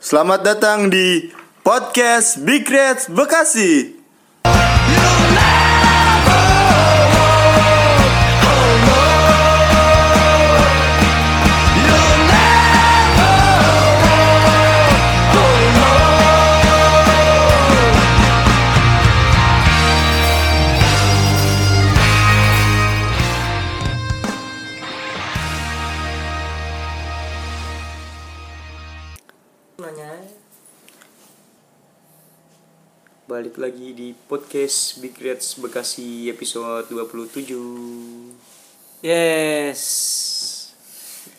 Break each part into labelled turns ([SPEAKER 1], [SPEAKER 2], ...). [SPEAKER 1] Selamat datang di podcast Big Reds Bekasi.
[SPEAKER 2] nanya balik lagi di podcast Big Reds Bekasi episode 27
[SPEAKER 3] Yes.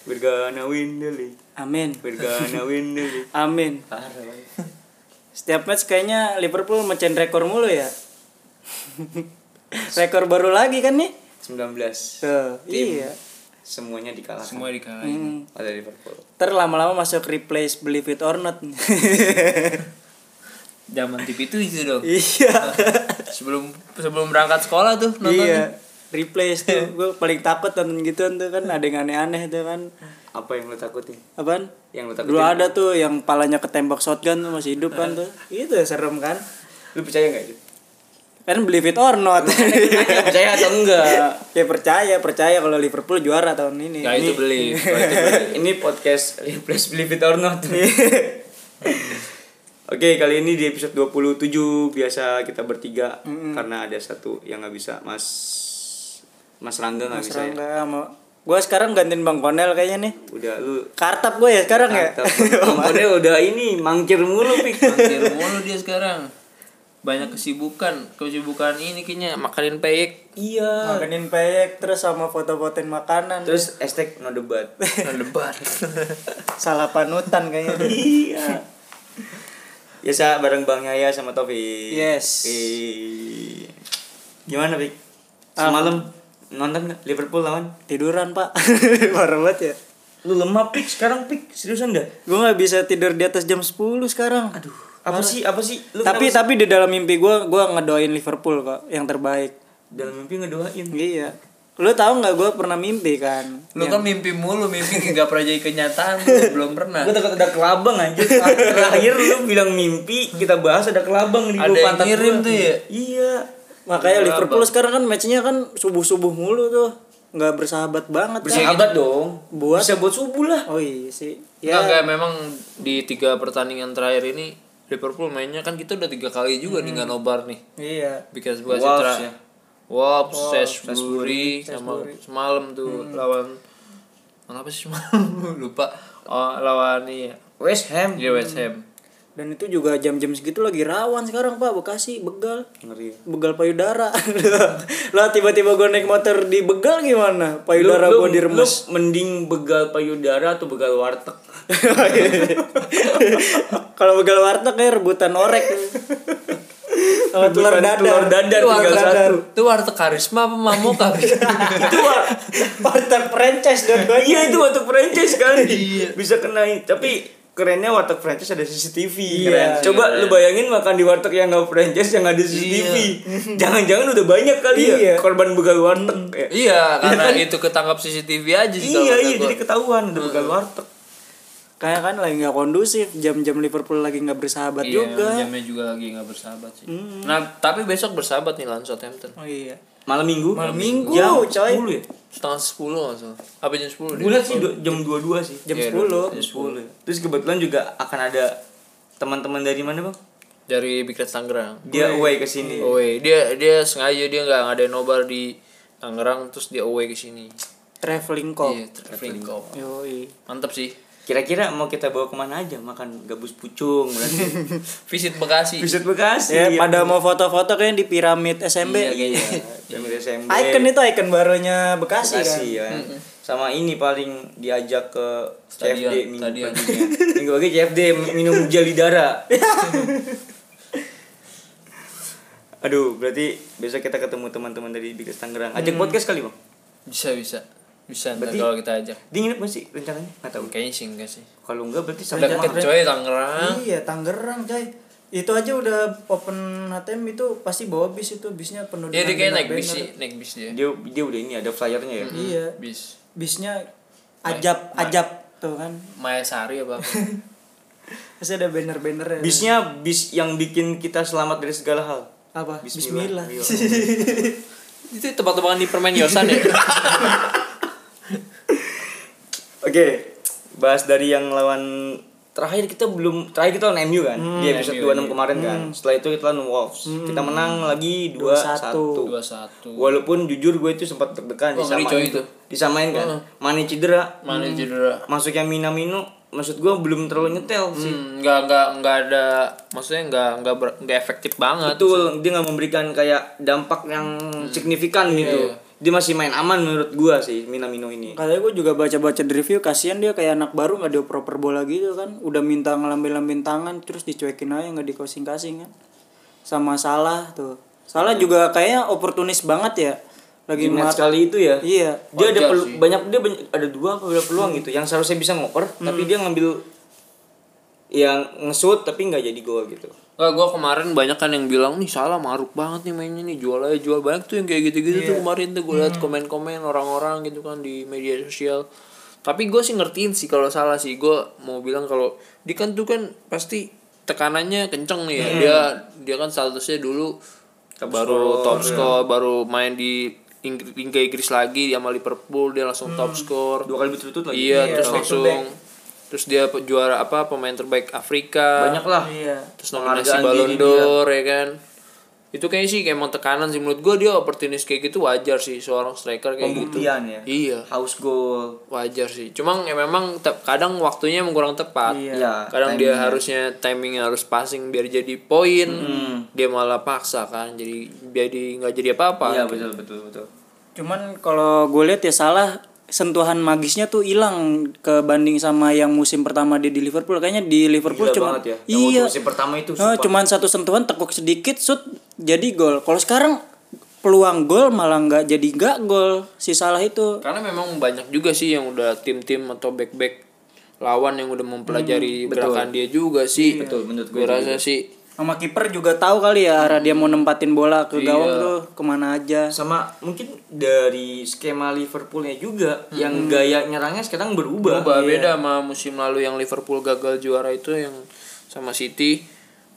[SPEAKER 2] We're gonna win the league
[SPEAKER 3] Amin.
[SPEAKER 2] We're gonna win the league
[SPEAKER 3] Amin. Setiap match kayaknya Liverpool mencen rekor mulu ya. rekor baru lagi kan nih?
[SPEAKER 2] 19
[SPEAKER 3] Tuh,
[SPEAKER 2] Tim.
[SPEAKER 3] iya.
[SPEAKER 2] semuanya dikalahkan
[SPEAKER 4] semua dikalahin
[SPEAKER 3] Hmm.
[SPEAKER 2] oleh Liverpool
[SPEAKER 3] Ter lama-lama masuk replace believe it or not.
[SPEAKER 4] zaman TV itu itu dong
[SPEAKER 3] iya.
[SPEAKER 4] sebelum sebelum berangkat sekolah tuh
[SPEAKER 3] iya.
[SPEAKER 4] nontonnya
[SPEAKER 3] Replace tuh gue paling takut nonton gituan tuh kan ada yang aneh-aneh tuh kan.
[SPEAKER 2] apa yang lo takutin
[SPEAKER 3] Apaan?
[SPEAKER 2] yang lo
[SPEAKER 3] Dulu
[SPEAKER 2] takutin
[SPEAKER 3] ada tuh yang palanya ketembak shotgun tuh masih hidup kan tuh. Itu serem kan?
[SPEAKER 2] lo percaya nggak itu
[SPEAKER 3] Kan believe it or not.
[SPEAKER 2] percaya atau enggak
[SPEAKER 3] ya percaya percaya kalau Liverpool juara tahun ini.
[SPEAKER 2] Nah,
[SPEAKER 4] ya itu
[SPEAKER 3] Ini-
[SPEAKER 4] beli
[SPEAKER 2] ini podcast replace believe it or not Oke, kali ini di episode 27 biasa kita bertiga karena ada satu yang nggak bisa. Mas Mas Rangga nggak
[SPEAKER 3] Mas
[SPEAKER 2] bisa. Ya?
[SPEAKER 3] Rangga sama gue sekarang gantiin Bang Konel kayaknya nih.
[SPEAKER 2] Udah lu
[SPEAKER 3] Kartap gue ya sekarang ya.
[SPEAKER 2] Udah Oh, udah ini mangkir mulu pik.
[SPEAKER 4] Mangkir mulu dia sekarang banyak kesibukan kesibukan ini kayaknya makanin peyek
[SPEAKER 2] iya.
[SPEAKER 3] Makanin peyek terus sama foto-fotoin makanan.
[SPEAKER 2] Terus hashtag no debat.
[SPEAKER 4] nah, lebat
[SPEAKER 3] salah panutan kayaknya.
[SPEAKER 2] iya. Biasa bareng Bang Yaya sama Topi.
[SPEAKER 3] Yes.
[SPEAKER 2] Iya. Gimana pik? Semalam nonton nggak Liverpool lawan?
[SPEAKER 3] Tiduran, Pak. Parah banget ya.
[SPEAKER 2] Lu lemah pik sekarang pik seriusan dah.
[SPEAKER 3] Gue nggak bisa tidur di atas jam 10 sekarang. Aduh.
[SPEAKER 2] Apa sih apa sih? Lu
[SPEAKER 3] tapi
[SPEAKER 2] kenapa sih?
[SPEAKER 3] tapi di dalam mimpi gue gue ngedoain Liverpool kok yang terbaik.
[SPEAKER 2] dalam mimpi ngedoain.
[SPEAKER 3] Iya. Lu tahu nggak gue pernah mimpi kan?
[SPEAKER 4] lu kan mimpi mulu mimpi nggak pernah jadi kenyataan lu belum pernah
[SPEAKER 2] Gue takut ada kelabang aja Terakhir lu bilang mimpi Kita bahas ada kelabang di
[SPEAKER 4] Ada
[SPEAKER 2] bawah
[SPEAKER 4] yang
[SPEAKER 2] pantat
[SPEAKER 4] ngirim
[SPEAKER 2] gua.
[SPEAKER 4] tuh ya?
[SPEAKER 2] Iya
[SPEAKER 3] Makanya
[SPEAKER 4] Berapa?
[SPEAKER 3] Liverpool sekarang kan matchnya kan subuh-subuh mulu tuh. nggak bersahabat banget kan.
[SPEAKER 2] Bersahabat dong
[SPEAKER 3] Buat-
[SPEAKER 2] Bisa buat subuh lah
[SPEAKER 3] Oh iya sih.
[SPEAKER 4] ya.
[SPEAKER 3] Ya.
[SPEAKER 4] memang di tiga pertandingan terakhir ini Liverpool mainnya kan kita udah tiga kali
[SPEAKER 2] Hmm.
[SPEAKER 4] juga nih nggak nobar nih
[SPEAKER 3] Iya.
[SPEAKER 4] Because buat
[SPEAKER 2] Wolves
[SPEAKER 4] Citra
[SPEAKER 2] ya?
[SPEAKER 4] Wolves, Salisbury, sama semalam
[SPEAKER 2] Hmm.
[SPEAKER 4] tuh lawan lawan apa sih semalam lupa oh, lawan iya
[SPEAKER 2] West Ham
[SPEAKER 4] dia West Ham
[SPEAKER 3] Dan itu juga jam-jam segitu lagi rawan sekarang Pak Bekasi begal.
[SPEAKER 2] Ngeri
[SPEAKER 3] Begal payudara. lah tiba-tiba gue naik motor di begal gimana? Payudara
[SPEAKER 2] Lu-
[SPEAKER 3] gue
[SPEAKER 2] lu-
[SPEAKER 3] diremes.
[SPEAKER 2] lu mending begal payudara atau begal warteg
[SPEAKER 3] Kalau begal warteg kayak rebutan orek. Sama telur
[SPEAKER 2] Bukan
[SPEAKER 3] dada.
[SPEAKER 2] Oh, telur dada
[SPEAKER 4] itu
[SPEAKER 2] tinggal
[SPEAKER 4] warteg
[SPEAKER 2] satu
[SPEAKER 4] itu warteg karisma apa mamuka
[SPEAKER 3] itu wa- warteg franchise dan gue.
[SPEAKER 2] Iya itu warteg franchise kan
[SPEAKER 3] Iya.
[SPEAKER 2] Bisa kenain Tapi kerennya warteg franchise ada CCTV
[SPEAKER 3] Iya.
[SPEAKER 2] Keren. Coba lu bayangin makan di warteg yang gak franchise yang ada CCTV Jangan-jangan udah banyak kali ya
[SPEAKER 3] Iya. Hmm.
[SPEAKER 2] Korban begal warteg ya.
[SPEAKER 4] iya karena itu ketangkap CCTV aja sih kalau
[SPEAKER 2] Iya
[SPEAKER 4] kata
[SPEAKER 2] iya
[SPEAKER 4] gua.
[SPEAKER 2] jadi ketahuan
[SPEAKER 3] Hmm.
[SPEAKER 2] udah begal warteg
[SPEAKER 3] Kayak kan lagi nggak kondusif, jam-jam Liverpool lagi nggak bersahabat
[SPEAKER 4] Iya,
[SPEAKER 3] juga.
[SPEAKER 4] jamnya juga lagi nggak bersahabat sih
[SPEAKER 2] Hmm.
[SPEAKER 4] nah tapi besok bersahabat nih lawan Southampton
[SPEAKER 3] Oh iya.
[SPEAKER 2] Malam minggu?
[SPEAKER 3] Malam minggu,
[SPEAKER 2] jam
[SPEAKER 3] coy.
[SPEAKER 2] 10 ya?
[SPEAKER 4] setengah sepuluh langsung apa jam sepuluh
[SPEAKER 2] Gue liat sih du- jam 22 sih
[SPEAKER 3] Jam
[SPEAKER 4] Iya,
[SPEAKER 3] 10.
[SPEAKER 4] jam 10.
[SPEAKER 2] Terus kebetulan juga akan ada teman-teman dari mana bang?
[SPEAKER 4] dari Big Red Tangerang
[SPEAKER 3] Iya,
[SPEAKER 2] Dia away ke sini.
[SPEAKER 3] Oh.
[SPEAKER 4] Away. Dia dia sengaja dia nggak ada nobar di Tangerang terus dia away ke sini.
[SPEAKER 3] Traveling kok.
[SPEAKER 4] Iya, traveling kok.
[SPEAKER 3] Yoi.
[SPEAKER 4] Mantap sih.
[SPEAKER 2] Kira-kira mau kita bawa kemana aja? Makan gabus pucung berarti.
[SPEAKER 4] Visit Bekasi.
[SPEAKER 2] Visit Bekasi.
[SPEAKER 3] Ya, pada mau foto-foto kayaknya di piramid SMB.
[SPEAKER 2] Iya,
[SPEAKER 4] gitu.
[SPEAKER 2] iya. Pemir SMB.
[SPEAKER 3] Icon itu icon barunya Bekasi,
[SPEAKER 2] Bekasi
[SPEAKER 3] kan.
[SPEAKER 2] ya. Sama ini paling diajak ke
[SPEAKER 4] Stadion,
[SPEAKER 2] CFD minggu
[SPEAKER 4] stadion.
[SPEAKER 2] pagi. minggu pagi CFD minum jalidara. Aduh, berarti besok kita ketemu teman-teman dari Bikers Tangerang. Ajak
[SPEAKER 4] Hmm.
[SPEAKER 2] podcast kali, Bang.
[SPEAKER 4] Bisa bisa. Bisa ntar
[SPEAKER 2] Berarti-
[SPEAKER 4] kalau kita ajak.
[SPEAKER 2] Dia nginep gak sih rencananya? Gak tau
[SPEAKER 4] Kayaknya sih enggak sih.
[SPEAKER 2] Kalau enggak berarti sama
[SPEAKER 4] Deket coy Tangerang.
[SPEAKER 3] Iya, Tangerang, coy. Itu aja udah open HTM itu pasti bawa bis itu, bisnya penuh
[SPEAKER 4] Iya, Dia dia kayak
[SPEAKER 3] dengan
[SPEAKER 4] naik bis
[SPEAKER 3] banner.
[SPEAKER 4] sih, naik bis dia.
[SPEAKER 2] Dia, dia udah ini ada flyernya ya
[SPEAKER 3] Iya.
[SPEAKER 4] Bis
[SPEAKER 3] Bisnya ajab ajab tuh kan.
[SPEAKER 4] Maya Sari apa? apa?
[SPEAKER 3] Pasti ada banner-banner
[SPEAKER 2] Bisnya bis yang bikin kita selamat dari segala hal.
[SPEAKER 3] apa? Bismillah.
[SPEAKER 2] Bismillah.
[SPEAKER 4] Itu tebak-tebakan di permen Yosan ya?
[SPEAKER 2] Oke, bahas dari yang lawan terakhir kita belum terakhir kita lawan MU kan
[SPEAKER 4] Hmm,
[SPEAKER 2] di episode
[SPEAKER 4] MU,
[SPEAKER 2] 26 kemarin kan.
[SPEAKER 4] Hmm.
[SPEAKER 2] Setelah itu kita lawan Wolves. Kita menang lagi 2-1.
[SPEAKER 4] 2-1
[SPEAKER 2] Walaupun jujur gue itu sempat deg-degan
[SPEAKER 4] Wah, ngeri coy itu. Hmm.
[SPEAKER 2] Disamain kan. Mane cedera,
[SPEAKER 4] Mana cedera?
[SPEAKER 2] masuknya Minamino maksud gue belum terlalu nyetel sih.
[SPEAKER 4] Hmm, nggak nggak nggak ada maksudnya nggak nggak ber- nggak efektif banget.
[SPEAKER 2] Betul, dia nggak memberikan kayak dampak yang
[SPEAKER 4] Hmm. Iya,
[SPEAKER 2] signifikan gitu. Dia masih main aman menurut gua sih Minamino ini.
[SPEAKER 3] Katanya gue juga baca-baca di review kasihan dia kayak anak baru nggak dioper-oper bola gitu kan. Udah minta ngelambil-lambil tangan terus dicuekin aja nggak dikosing-kasing kan. Sama salah tuh.
[SPEAKER 2] Iya.
[SPEAKER 3] Salah juga kayaknya oportunis banget ya. Lagi
[SPEAKER 2] Di
[SPEAKER 3] ma-
[SPEAKER 2] match kali itu ya.
[SPEAKER 3] Iya.
[SPEAKER 2] Dia ada
[SPEAKER 4] Wajar
[SPEAKER 2] pelu-
[SPEAKER 4] sih.
[SPEAKER 2] banyak dia banyak- ada dua apa berapa peluang gitu yang seharusnya bisa ngoper tapi dia ngambil yang ngesut tapi nggak jadi gol gitu.
[SPEAKER 4] Nggak, gue kemarin banyak kan yang bilang nih salah maruk banget nih mainnya nih jual aja jual banyak tuh yang kayak gitu-gitu tuh kemarin tuh gue liat komen-komen orang-orang gitu kan di media sosial. Tapi gue sih ngertiin sih kalau salah sih gue mau bilang kalau dia kan tuh kan pasti tekanannya kenceng nih ya dia dia kan statusnya dulu baru top score baru main di Inggris, Liga Inggris lagi sama Liverpool dia langsung top score
[SPEAKER 2] Dua kali betul-betul lagi.
[SPEAKER 4] Iya,
[SPEAKER 2] Back
[SPEAKER 4] terus
[SPEAKER 2] to
[SPEAKER 4] langsung
[SPEAKER 2] back.
[SPEAKER 4] terus dia pe- juara apa pemain terbaik Afrika.
[SPEAKER 2] banyak lah.
[SPEAKER 3] Iya.
[SPEAKER 4] Terus nominasi
[SPEAKER 2] Penghargaan
[SPEAKER 4] Ballon
[SPEAKER 2] diri
[SPEAKER 4] d'Or ya kan. Itu kayaknya sih emang tekanan sih menurut gua dia opportunist kayak gitu wajar sih seorang striker kayak gitu.
[SPEAKER 2] Pembuktian ya.
[SPEAKER 4] Iya,
[SPEAKER 2] House goal.
[SPEAKER 4] wajar sih. Cuma ya memang te- kadang waktunya emang kurang tepat.
[SPEAKER 3] Iya.
[SPEAKER 2] Iya.
[SPEAKER 4] Kadang dia harusnya timingnya harus passing biar jadi poin.
[SPEAKER 2] Hmm.
[SPEAKER 4] Dia malah paksa kan. Jadi jadi nggak jadi apa-apa. gitu.
[SPEAKER 2] Iya betul betul betul.
[SPEAKER 3] Cuman kalau gue lihat ya salah sentuhan magisnya tuh hilang kebanding sama yang musim pertama dia di Liverpool. Kayaknya di Liverpool
[SPEAKER 2] Gila
[SPEAKER 3] cuma
[SPEAKER 2] banget ya. Yang waktu
[SPEAKER 3] iya.
[SPEAKER 2] musim pertama itu
[SPEAKER 3] Eh,
[SPEAKER 2] sumpah.
[SPEAKER 3] cuman satu sentuhan tekuk sedikit shoot jadi gol. Kalau sekarang peluang gol malah nggak jadi nggak gol si salah itu.
[SPEAKER 4] Karena memang banyak juga sih yang udah tim-tim atau back-back lawan yang udah mempelajari gerakan dia juga sih.
[SPEAKER 2] Hmm, Iya, Betul, menurut gue
[SPEAKER 4] gue rasa sih
[SPEAKER 3] Sama kiper juga tahu kali ya arah dia mau nempatin bola
[SPEAKER 2] Iya.
[SPEAKER 3] ke gawang tuh kemana aja.
[SPEAKER 2] sama mungkin dari skema Liverpoolnya juga yang gaya nyerangnya sekarang berubah.
[SPEAKER 4] berubah beda sama musim lalu yang Liverpool gagal juara itu yang sama City.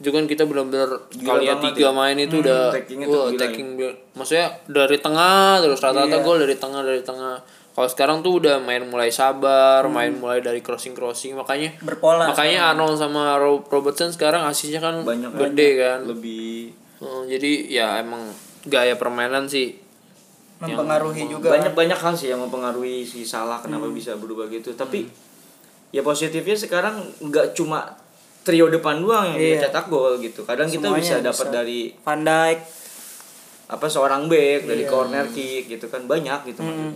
[SPEAKER 4] Itu kan kita benar-benar kali
[SPEAKER 2] banget
[SPEAKER 4] ya
[SPEAKER 2] Hmm,
[SPEAKER 4] tiga main itu udah
[SPEAKER 2] tackingnya tuh
[SPEAKER 4] wah,
[SPEAKER 2] gila ya. Iya.
[SPEAKER 4] attacking bi- maksudnya dari tengah terus rata-rata gol dari tengah dari tengah. Kalau sekarang tuh udah main mulai sabar,
[SPEAKER 2] Hmm.
[SPEAKER 4] main mulai dari crossing-crossing makanya
[SPEAKER 3] Berpola.
[SPEAKER 4] makanya Arnold sama Ro- Robertson sekarang asisnya kan
[SPEAKER 2] Banyak,
[SPEAKER 4] gede kan.
[SPEAKER 2] Lebih
[SPEAKER 4] Heeh, jadi ya emang gaya permainan sih
[SPEAKER 3] Mempengaruhi juga.
[SPEAKER 2] banyak-banyak hal sih yang mempengaruhi si salah kenapa
[SPEAKER 3] Hmm.
[SPEAKER 2] bisa berubah gitu. Tapi ya positifnya sekarang nggak cuma trio depan doang yang
[SPEAKER 3] Iya.
[SPEAKER 2] dia cetak gol gitu. Kadang kita
[SPEAKER 3] Semuanya
[SPEAKER 2] bisa
[SPEAKER 3] bisa.
[SPEAKER 2] dapat dari
[SPEAKER 3] Van Dijk
[SPEAKER 2] apa seorang back
[SPEAKER 3] Iya.
[SPEAKER 2] dari corner kick gitu kan banyak
[SPEAKER 3] Hmm.
[SPEAKER 2] gitu maksudnya.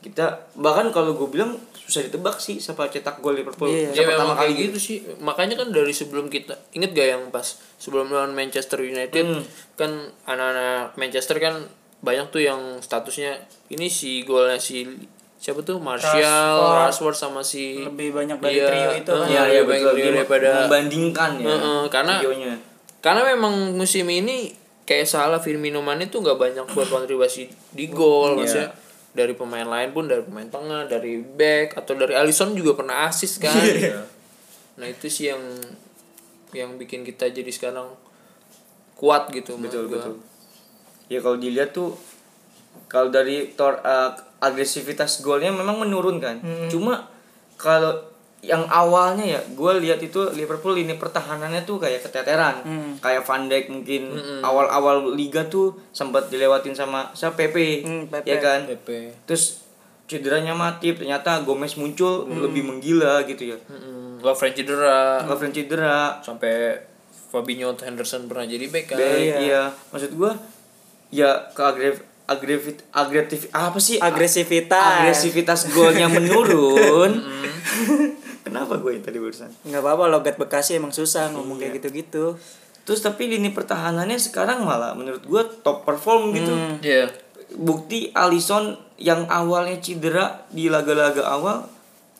[SPEAKER 2] Kita bahkan kalau gue bilang susah ditebak sih siapa cetak gol Liverpool
[SPEAKER 3] Iya.
[SPEAKER 2] Bisa
[SPEAKER 4] Ya
[SPEAKER 2] pertama
[SPEAKER 4] memang
[SPEAKER 2] kali
[SPEAKER 4] kayak gitu sih. Makanya kan dari sebelum kita inget gak yang pas sebelum lawan Manchester United
[SPEAKER 3] Hmm.
[SPEAKER 4] kan anak-anak Manchester kan banyak tuh yang statusnya ini si golnya si siapa tuh Martial, Rashford sama si
[SPEAKER 3] lebih banyak dari
[SPEAKER 4] Iya,
[SPEAKER 3] trio itu kan.
[SPEAKER 4] eh, iya,
[SPEAKER 2] iya
[SPEAKER 4] lebih banyak
[SPEAKER 2] betul
[SPEAKER 4] trio
[SPEAKER 2] Dia
[SPEAKER 4] daripada
[SPEAKER 2] membandingkan ya.
[SPEAKER 4] Heeh, karena-
[SPEAKER 2] videonya.
[SPEAKER 4] karena memang musim ini kayak salah Firmino Mane tuh nggak banyak buat kontribusi di gol
[SPEAKER 3] Iya.
[SPEAKER 4] maksudnya dari pemain lain pun dari pemain tengah dari back atau dari Alisson juga pernah assist kan
[SPEAKER 3] Iya.
[SPEAKER 4] nah itu sih yang yang bikin kita jadi sekarang kuat gitu
[SPEAKER 2] betul
[SPEAKER 4] menurut gua.
[SPEAKER 2] betul ya kalau dilihat tuh kalau dari tor eh, agresivitas golnya memang menurun kan cuma kalau yang awalnya ya gue lihat itu Liverpool ini pertahanannya tuh kayak keteteran kayak Van Dijk mungkin awal-awal liga tuh sempat dilewatin sama siapa Pepe
[SPEAKER 3] Hmm, Pepe.
[SPEAKER 2] ya kan
[SPEAKER 4] PP
[SPEAKER 2] terus cederanya mati ternyata Gomez muncul lebih menggila gitu ya
[SPEAKER 4] Mm-mm. Lovren cedera
[SPEAKER 2] Lovren cedera
[SPEAKER 4] sampai Fabinho Henderson pernah jadi back kan
[SPEAKER 2] Baik, iya. Maksud gua ya ke agref agrevit agresif apa sih?
[SPEAKER 3] agresivitas.
[SPEAKER 2] Agresivitas golnya menurun. Mm. Kenapa gue tadi barusan?
[SPEAKER 3] nggak apa-apa logat Bekasi emang susah ngomong
[SPEAKER 2] Iya.
[SPEAKER 3] kayak gitu-gitu.
[SPEAKER 2] Terus tapi lini pertahanannya sekarang malah menurut gua top perform gitu.
[SPEAKER 4] Iya.
[SPEAKER 2] Bukti Alisson yang awalnya cedera di laga-laga awal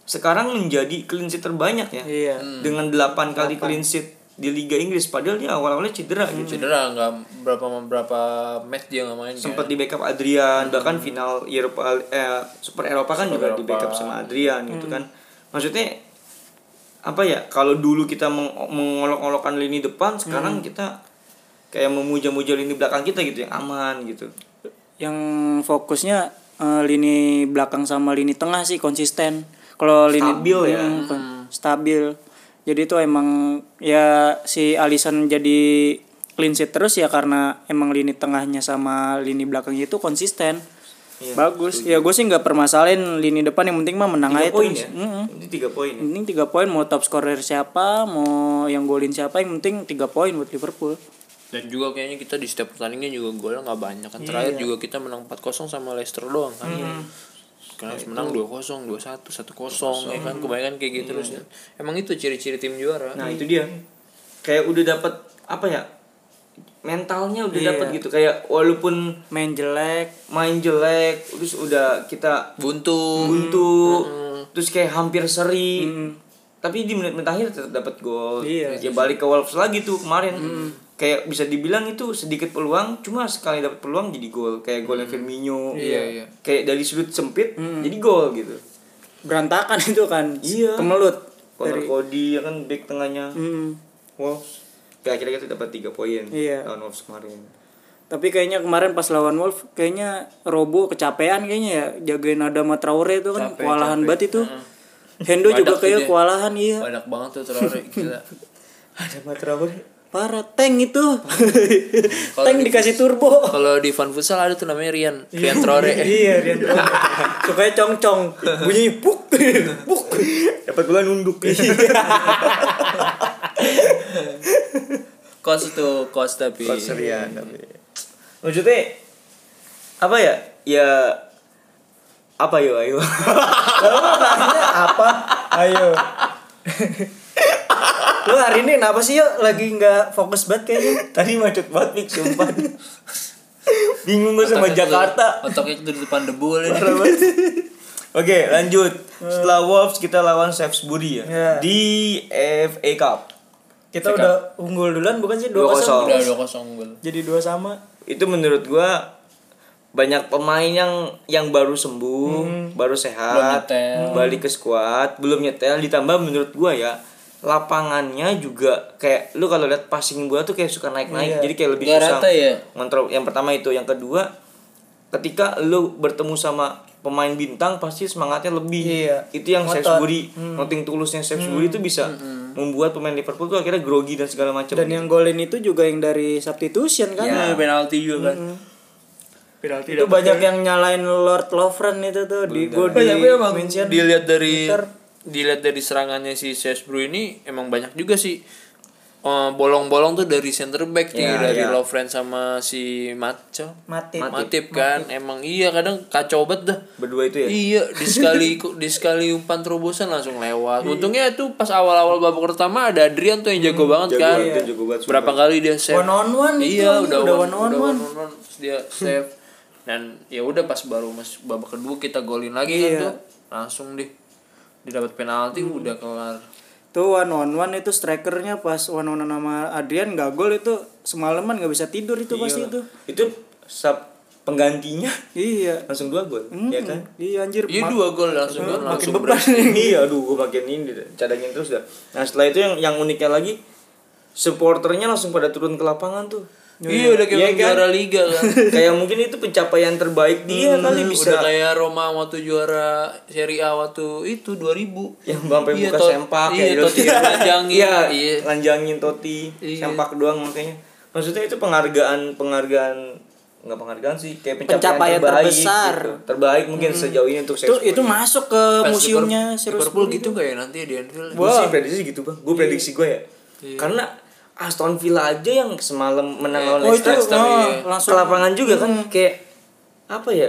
[SPEAKER 2] sekarang menjadi clean sheet terbanyak ya.
[SPEAKER 3] Iya.
[SPEAKER 2] Dengan 8 kali clean sheet di Liga Inggris padahal dia awal-awalnya cedera gitu.
[SPEAKER 4] cedera nggak berapa berapa match dia nggak main kan?
[SPEAKER 2] sempat di backup Adrian bahkan final Eropa eh, Super Eropa kan juga di backup sama Adrian gitu kan maksudnya apa ya kalau dulu kita meng- mengolok-olokkan lini depan sekarang kita kayak memuja-muja lini belakang kita gitu yang aman gitu
[SPEAKER 3] yang fokusnya eh, lini belakang sama lini tengah sih konsisten kalau lini
[SPEAKER 2] Stabil ya.
[SPEAKER 3] Hmm, kon- stabil jadi itu emang ya si Alisson jadi clean sheet terus ya karena emang lini tengahnya sama lini belakangnya itu konsisten
[SPEAKER 2] Iya,
[SPEAKER 3] bagus ya gue sih nggak permasalahin lini depan yang penting mah menang
[SPEAKER 2] tiga
[SPEAKER 3] aja
[SPEAKER 2] poin
[SPEAKER 3] terus.
[SPEAKER 2] ya
[SPEAKER 3] Mm-mm.
[SPEAKER 2] ini tiga poin ya?
[SPEAKER 3] Yang penting tiga poin mau top scorer siapa mau yang golin siapa yang penting tiga poin buat Liverpool
[SPEAKER 4] Dan juga kayaknya kita di setiap pertandingan juga golnya nggak banyak kan. Terakhir
[SPEAKER 2] Iya.
[SPEAKER 4] juga kita menang 4-0 sama Leicester doang kan. Karena
[SPEAKER 2] Nah,
[SPEAKER 4] harus menang 2-0, 2-1, 1-0 ya kan kebanyakan kayak gitu terus kan. Emang itu ciri-ciri tim juara.
[SPEAKER 2] nah itu dia kayak udah dapat apa ya mentalnya udah dapat gitu kayak walaupun
[SPEAKER 3] main jelek
[SPEAKER 2] main jelek terus udah kita
[SPEAKER 3] Hmm,
[SPEAKER 4] Buntu.
[SPEAKER 2] buntu terus kayak hampir seri tapi di menit-menit akhir tetap dapat gol
[SPEAKER 3] Iya. Hmm.
[SPEAKER 2] ya balik ke Wolves lagi tuh kemarin kayak bisa dibilang itu sedikit peluang cuma sekali dapat peluang jadi gol kayak golnya
[SPEAKER 3] Hmm.
[SPEAKER 2] Firmino
[SPEAKER 4] Iya, iya.
[SPEAKER 2] kayak dari sudut sempit jadi gol gitu
[SPEAKER 3] berantakan itu kan
[SPEAKER 2] Iya.
[SPEAKER 3] kemelut
[SPEAKER 2] Connor
[SPEAKER 3] dari
[SPEAKER 2] Cody ya kan back tengahnya
[SPEAKER 3] Mm.
[SPEAKER 2] Wolves ya akhirnya kita dapat 3 poin
[SPEAKER 3] Iya.
[SPEAKER 2] lawan Wolves kemarin
[SPEAKER 3] tapi kayaknya kemarin pas lawan Wolf kayaknya Robo kecapean kayaknya ya jagain Adama Traore itu kan
[SPEAKER 4] Capek,
[SPEAKER 3] kewalahan
[SPEAKER 4] capek.
[SPEAKER 3] banget itu Hendo
[SPEAKER 4] Badak
[SPEAKER 3] juga
[SPEAKER 4] tuh
[SPEAKER 3] kayak
[SPEAKER 4] dia.
[SPEAKER 3] kewalahan iya
[SPEAKER 4] Banyak banget tuh Traore gila.
[SPEAKER 2] ada Matraore
[SPEAKER 3] parah tank itu tank dikasih turbo
[SPEAKER 4] Kalau di Fan Futsal ada tuh namanya Rian, Rian Traore.
[SPEAKER 3] iya dia sukanya congcong bunyi puk puk
[SPEAKER 2] dapat bola nunduk
[SPEAKER 3] Iya.
[SPEAKER 4] Kos tuh, kos tapi.
[SPEAKER 3] Iya,
[SPEAKER 2] Serian tapi maksudnya apa ya ya apa yo ayo
[SPEAKER 3] apa ayo lu hari ini kenapa sih yuk lagi nggak fokus banget kayaknya
[SPEAKER 2] tadi macet banget Mik, sumpah bingung gue sama Jakarta
[SPEAKER 4] Otaknya tuh di depan debu lah.
[SPEAKER 2] oke lanjut setelah Wolves kita lawan Salisbury ya
[SPEAKER 3] Ya.
[SPEAKER 2] di FA Cup
[SPEAKER 3] kita udah unggul duluan bukan sih dua
[SPEAKER 2] 2-0.
[SPEAKER 3] kosong
[SPEAKER 4] Udah 2-0 gol.
[SPEAKER 3] jadi dua sama
[SPEAKER 2] itu menurut gua banyak pemain yang yang baru sembuh, baru sehat,
[SPEAKER 4] Hmm. nyetel.
[SPEAKER 2] balik ke skuad, belum nyetel ditambah menurut gua ya lapangannya juga kayak lu kalau lihat passing bola tuh kayak suka naik-naik jadi kayak lebih
[SPEAKER 4] Iya. Nggak
[SPEAKER 2] susah
[SPEAKER 4] rata ya?
[SPEAKER 2] ngontrol yang pertama itu yang kedua ketika lu bertemu sama pemain bintang pasti semangatnya lebih
[SPEAKER 3] Iya.
[SPEAKER 2] itu yang Salisbury
[SPEAKER 4] Hmm.
[SPEAKER 2] noting tulusnya Salisbury itu bisa membuat pemain Liverpool tuh akhirnya grogi dan segala macam Ya.
[SPEAKER 3] dan yang golin itu juga yang dari substitution kan
[SPEAKER 4] Ya, penalti juga kan.
[SPEAKER 3] itu banyak yang nyalain Lord Lovren itu tuh di gue di
[SPEAKER 4] Banyak gue emang dilihat dari dilihat dari serangannya si Sesbro ini emang banyak juga sih eh, bolong-bolong tuh dari center back nih dari Lovren sama si Macho
[SPEAKER 3] mati
[SPEAKER 4] Iya, Matip kan emang iya kadang kacau banget dah
[SPEAKER 2] berdua itu ya
[SPEAKER 4] iya di sekali di sekali umpan terobosan langsung lewat untungnya itu pas awal-awal babak pertama ada Adrian tuh yang jago banget kan
[SPEAKER 2] Itu juga buat
[SPEAKER 4] berapa kali dia save
[SPEAKER 3] one on one
[SPEAKER 4] iya
[SPEAKER 3] itu,
[SPEAKER 4] udah,
[SPEAKER 3] udah
[SPEAKER 4] one,
[SPEAKER 3] one on
[SPEAKER 4] udah
[SPEAKER 3] one
[SPEAKER 4] one on one. Terus dia save dan ya udah pas baru mas babak kedua kita golin lagi
[SPEAKER 3] Iya.
[SPEAKER 4] kan tuh langsung deh didapat penalti
[SPEAKER 3] Hmm.
[SPEAKER 4] udah kelar
[SPEAKER 3] tuh one on one itu strikernya pas one on one sama Adrian gak gol itu semalaman gak bisa tidur itu
[SPEAKER 4] Iya.
[SPEAKER 3] pasti itu
[SPEAKER 2] itu sub penggantinya
[SPEAKER 3] iya
[SPEAKER 2] langsung dua gol
[SPEAKER 4] Hmm.
[SPEAKER 2] ya kan
[SPEAKER 3] iya anjir
[SPEAKER 4] iya
[SPEAKER 3] ma-
[SPEAKER 4] dua gol langsung kan
[SPEAKER 3] makin
[SPEAKER 4] langsung
[SPEAKER 3] beban
[SPEAKER 2] iya aduh gue bagian ini cadangin terus dah nah setelah itu yang yang uniknya lagi supporternya langsung pada turun ke lapangan tuh
[SPEAKER 4] iya udah kayak
[SPEAKER 2] Iya
[SPEAKER 4] main
[SPEAKER 2] kan?
[SPEAKER 4] juara liga kan
[SPEAKER 2] kayak mungkin itu pencapaian terbaik dia kali bisa
[SPEAKER 4] udah kayak Roma waktu juara Serie A waktu itu 2000
[SPEAKER 2] yang sampai
[SPEAKER 4] Iya,
[SPEAKER 2] buka
[SPEAKER 4] Tot-
[SPEAKER 2] sempak
[SPEAKER 4] iya,
[SPEAKER 2] ya
[SPEAKER 4] Totti diranjangin.
[SPEAKER 2] iya
[SPEAKER 4] Iya.
[SPEAKER 2] lanjangin toti
[SPEAKER 4] Iya.
[SPEAKER 2] sempak doang makanya maksudnya itu penghargaan penghargaan nggak penghargaan sih kayak pencapaian,
[SPEAKER 3] Pencapaian
[SPEAKER 2] terbaik,
[SPEAKER 3] terbesar.
[SPEAKER 2] gitu. terbaik mungkin
[SPEAKER 4] Hmm.
[SPEAKER 2] sejauh ini untuk
[SPEAKER 3] itu
[SPEAKER 2] Sexpoli.
[SPEAKER 3] itu masuk ke
[SPEAKER 4] Pas
[SPEAKER 3] museumnya
[SPEAKER 4] Liverpool-
[SPEAKER 3] Sir
[SPEAKER 4] Liverpool gitu kayak nanti di Anfield Iya,
[SPEAKER 2] Gue sih prediksi gitu bang, gue prediksi gue ya Karena Aston Villa aja yang semalam menang lawan
[SPEAKER 3] oh itu
[SPEAKER 2] Leicester
[SPEAKER 3] oh,
[SPEAKER 4] iya.
[SPEAKER 3] langsung
[SPEAKER 2] Langsung lapangan juga kan, kayak Apa ya,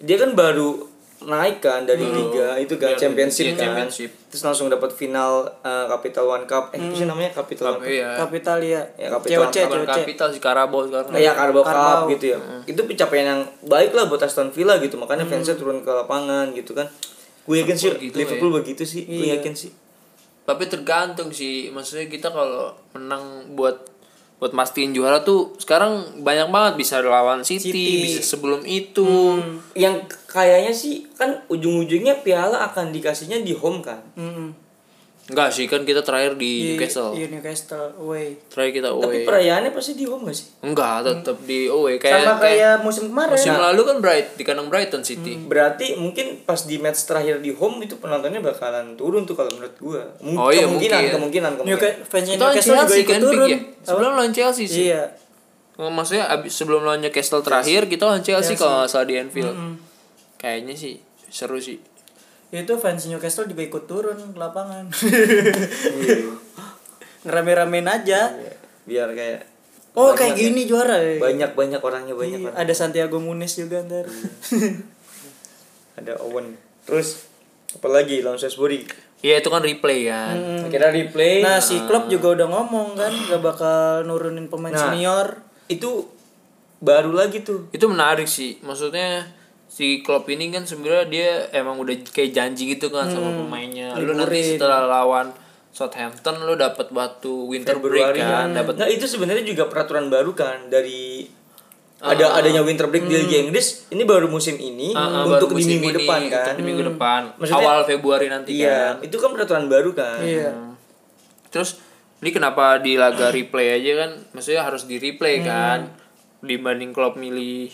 [SPEAKER 2] dia kan baru naik kan dari Liga itu kan
[SPEAKER 4] Iya,
[SPEAKER 2] championship
[SPEAKER 4] iya,
[SPEAKER 2] kan
[SPEAKER 4] championship.
[SPEAKER 2] terus langsung dapat final eh, Capital One Cup eh apa sih namanya Capital One Cup
[SPEAKER 4] iya
[SPEAKER 3] kapital ya
[SPEAKER 2] Ya, Kapital.
[SPEAKER 3] COC
[SPEAKER 4] Kapan
[SPEAKER 3] COC
[SPEAKER 4] kapital si Karabau sekarang
[SPEAKER 2] kayak Carabao Cup
[SPEAKER 3] Carabao.
[SPEAKER 2] gitu ya itu pencapaian yang baik lah buat Aston Villa gitu makanya fansnya turun ke lapangan gitu kan gue yakin sih
[SPEAKER 4] Liverpool gitu lah ya.
[SPEAKER 2] Liverpool begitu sih gue yakin sih
[SPEAKER 4] tapi tergantung sih maksudnya kita kalau menang buat buat mastiin juara tuh sekarang banyak banget bisa lawan City, bisa sebelum itu
[SPEAKER 2] yang kayaknya sih kan ujung-ujungnya piala akan dikasihnya di home kan
[SPEAKER 3] Mm-mm.
[SPEAKER 4] Enggak sih kan kita terakhir di Newcastle.
[SPEAKER 3] Iya, Newcastle away.
[SPEAKER 4] Terakhir kita
[SPEAKER 2] Tapi
[SPEAKER 4] away.
[SPEAKER 2] perayaannya pasti di home gak sih? Eh,
[SPEAKER 4] Enggak, tetap di away kayak
[SPEAKER 2] Sama
[SPEAKER 4] kayak
[SPEAKER 2] kayak musim kemarin.
[SPEAKER 4] musim lalu kan Bright di kandang Brighton City.
[SPEAKER 2] Berarti mungkin pas di match terakhir di home itu penontonnya bakalan turun tuh kalau menurut gua. Mung-
[SPEAKER 4] Oh iya,
[SPEAKER 2] kemungkinan,
[SPEAKER 4] mungkin.
[SPEAKER 2] kemungkinan, kemungkinan.
[SPEAKER 3] Newcastle fans
[SPEAKER 4] Itu lawan
[SPEAKER 3] Newcastle juga
[SPEAKER 4] Chelsea
[SPEAKER 3] ikut
[SPEAKER 4] kan
[SPEAKER 3] turun.
[SPEAKER 4] Big ya? Sebelum lawan Chelsea sih.
[SPEAKER 3] Iya.
[SPEAKER 4] Nggak, Maksudnya abis sebelum lawan Newcastle terakhir kita lawan Chelsea kalau nggak salah di Anfield. Kayaknya sih seru sih.
[SPEAKER 3] Itu fans Newcastle juga ikut turun ke lapangan.
[SPEAKER 4] Iya.
[SPEAKER 3] Ngerame-ramein aja.
[SPEAKER 2] Iya. Biar kayak
[SPEAKER 3] Oh,
[SPEAKER 2] banyak
[SPEAKER 3] kayak
[SPEAKER 2] ya.
[SPEAKER 3] gini juara. ya.
[SPEAKER 2] Banyak-banyak orangnya
[SPEAKER 4] ya,
[SPEAKER 2] banyak.
[SPEAKER 3] Iya,
[SPEAKER 2] orang.
[SPEAKER 3] ada Santiago Muniz juga ntar.
[SPEAKER 4] Iya.
[SPEAKER 2] Ada Owen. Terus apalagi lawan Salisbury.
[SPEAKER 4] Iya itu kan replay kan.
[SPEAKER 2] Akhirnya replay.
[SPEAKER 3] Nah, si klub juga udah ngomong kan gak bakal nurunin pemain
[SPEAKER 2] Nah.
[SPEAKER 3] senior.
[SPEAKER 2] itu baru lagi tuh.
[SPEAKER 4] Itu menarik sih. Maksudnya si Klopp ini kan sebenarnya dia emang udah kayak janji gitu kan sama pemainnya. Lu nanti setelah lawan Southampton lu dapat batu winter break
[SPEAKER 2] Februari
[SPEAKER 4] kan, dapat
[SPEAKER 2] Nah, itu sebenarnya juga peraturan baru kan dari ada adanya winter break di Liga Inggris ini baru musim ini
[SPEAKER 4] Hmm. Ah, ah,
[SPEAKER 2] Nah, untuk
[SPEAKER 4] baru
[SPEAKER 2] di
[SPEAKER 4] musim
[SPEAKER 2] minggu
[SPEAKER 4] ini,
[SPEAKER 2] depan kan.
[SPEAKER 4] untuk di minggu depan
[SPEAKER 2] Maksudnya-
[SPEAKER 4] awal Februari nanti kan
[SPEAKER 2] Iya, itu kan peraturan baru kan.
[SPEAKER 3] Iya.
[SPEAKER 4] terus ini kenapa di laga replay aja kan maksudnya harus di replay kan dibanding klub milih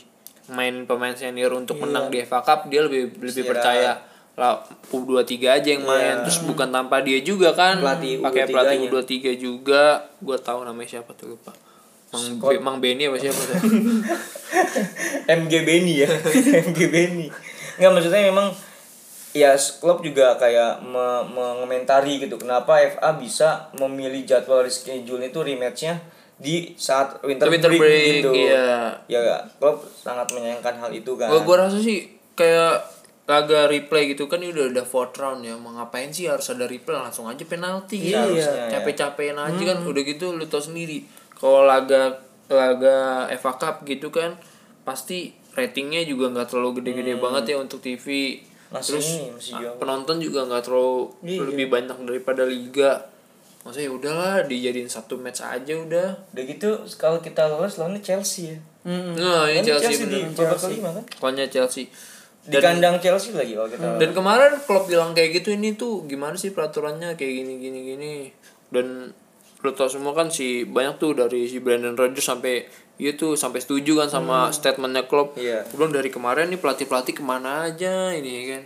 [SPEAKER 4] main pemain senior untuk menang di FA Cup dia lebih
[SPEAKER 2] Iya.
[SPEAKER 4] lebih percaya lah U23 aja yang main terus bukan tanpa dia juga kan
[SPEAKER 2] Pelatih
[SPEAKER 4] pakai
[SPEAKER 2] U23
[SPEAKER 4] pelatih
[SPEAKER 2] -nya.
[SPEAKER 4] U23 juga gua tahu namanya siapa tuh lupa Mang, Be- Mang Benny apa siapa tuh
[SPEAKER 2] MG Benny ya. MG Benny. Enggak maksudnya memang ya klub juga kayak me- mengomentari gitu kenapa FA bisa memilih jadwal reschedule itu rematchnya di saat winter,
[SPEAKER 4] Winter
[SPEAKER 2] break,
[SPEAKER 4] break,
[SPEAKER 2] gitu.
[SPEAKER 4] iya.
[SPEAKER 2] Ya klub sangat menyayangkan hal itu kan.
[SPEAKER 4] Gua, gua rasa sih kayak laga replay gitu kan ini udah udah fourth round ya mau ngapain sih harus ada replay langsung aja penalti
[SPEAKER 2] Iya,
[SPEAKER 4] ya
[SPEAKER 2] harusnya, ya. Hmm.
[SPEAKER 4] capek-capekin aja kan udah gitu lu tau sendiri kalau laga laga FA Cup gitu kan pasti ratingnya juga nggak terlalu gede-gede banget ya untuk TV
[SPEAKER 2] Hmm. Masih ini, masih
[SPEAKER 4] ah,
[SPEAKER 2] jauh. Iya.
[SPEAKER 4] penonton juga nggak terlalu lebih banyak daripada liga maksudnya ya udahlah dijadiin satu match aja udah
[SPEAKER 2] Udah gitu kalau kita lolos lawannya Chelsea ya.
[SPEAKER 4] nah ini
[SPEAKER 2] Kan
[SPEAKER 4] Chelsea,
[SPEAKER 2] di
[SPEAKER 4] bener.
[SPEAKER 2] babak kelima kan.
[SPEAKER 4] Pokoknya Chelsea
[SPEAKER 2] Di kandang Chelsea lagi kalau kita.
[SPEAKER 4] Dan kemarin Klopp bilang kayak gitu ini tuh gimana sih peraturannya kayak gini gini gini. Dan lu tau semua kan si banyak tuh dari si Brandon Rodgers sampai itu sampai setuju kan sama statementnya Klopp.
[SPEAKER 2] Iya.
[SPEAKER 4] Belum dari kemarin nih pelatih pelatih kemana aja ini kan.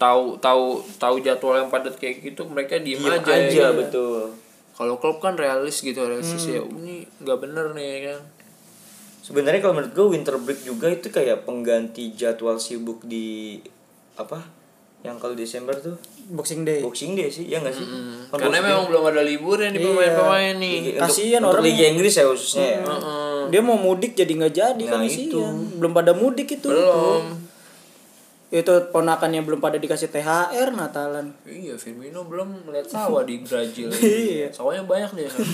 [SPEAKER 4] Tahu tahu tahu jadwal yang padat kayak gitu mereka diem,
[SPEAKER 2] Diem
[SPEAKER 4] aja.
[SPEAKER 2] aja iya.
[SPEAKER 4] ya.
[SPEAKER 2] betul.
[SPEAKER 4] Kalau Klopp kan realis gitu realistis ya ini nggak bener nih ya kan.
[SPEAKER 2] sebenarnya kalau menurut gue winter break juga itu kayak pengganti jadwal sibuk di apa yang kalau Desember tuh
[SPEAKER 3] Boxing Day.
[SPEAKER 2] Boxing Day sih ya nggak sih Kan
[SPEAKER 4] Karena
[SPEAKER 2] Boxing
[SPEAKER 4] memang belum ada liburan nih pemain-pemain nih.
[SPEAKER 2] Day. Iya, Untuk-
[SPEAKER 3] kasihan
[SPEAKER 2] untuk
[SPEAKER 3] orang.
[SPEAKER 2] Liga Inggris ya khususnya ya
[SPEAKER 4] Heeh.
[SPEAKER 3] Dia mau mudik jadi nggak jadi
[SPEAKER 2] Nah,
[SPEAKER 3] kan
[SPEAKER 2] itu.
[SPEAKER 3] isinya. Belum pada mudik itu.
[SPEAKER 4] Belum.
[SPEAKER 3] Itu ponakannya belum pada dikasih THR Natalan.
[SPEAKER 4] Iya, Firmino belum melihat sawah di Brazil.
[SPEAKER 3] Iya.
[SPEAKER 4] Sawahnya banyak dia. kan?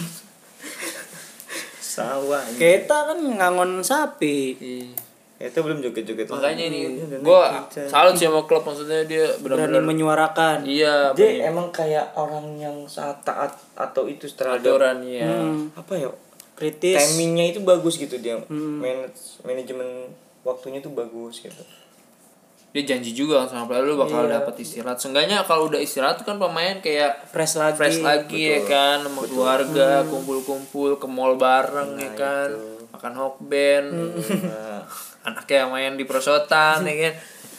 [SPEAKER 2] sawah ini.
[SPEAKER 3] Kita kan ngangon sapi.
[SPEAKER 4] Iya.
[SPEAKER 2] itu belum joget-joget
[SPEAKER 4] Makanya ini
[SPEAKER 3] Iya,
[SPEAKER 4] gua salut sih sama klub maksudnya dia
[SPEAKER 3] Berani
[SPEAKER 4] benar-benar
[SPEAKER 3] menyuarakan.
[SPEAKER 4] iya
[SPEAKER 2] dia emang kayak orang yang saat taat atau itu terhadap
[SPEAKER 4] aturan ya.
[SPEAKER 3] Hmm.
[SPEAKER 2] apa ya
[SPEAKER 3] Kritis.
[SPEAKER 2] timingnya itu bagus gitu dia Manaj- manajemen waktunya itu bagus gitu
[SPEAKER 4] Dia janji juga kan sama player lu bakal
[SPEAKER 3] Iya.
[SPEAKER 4] dapat istirahat. Seenggaknya kalau udah istirahat kan pemain kayak
[SPEAKER 3] Fresh lagi.
[SPEAKER 4] fresh lagi ya kan sama keluarga,
[SPEAKER 3] Hmm.
[SPEAKER 4] kumpul-kumpul ke mall bareng ya kan. Makan hokben.
[SPEAKER 3] Hmm.
[SPEAKER 2] nah,
[SPEAKER 4] Anaknya yang main di prosotan ya kan.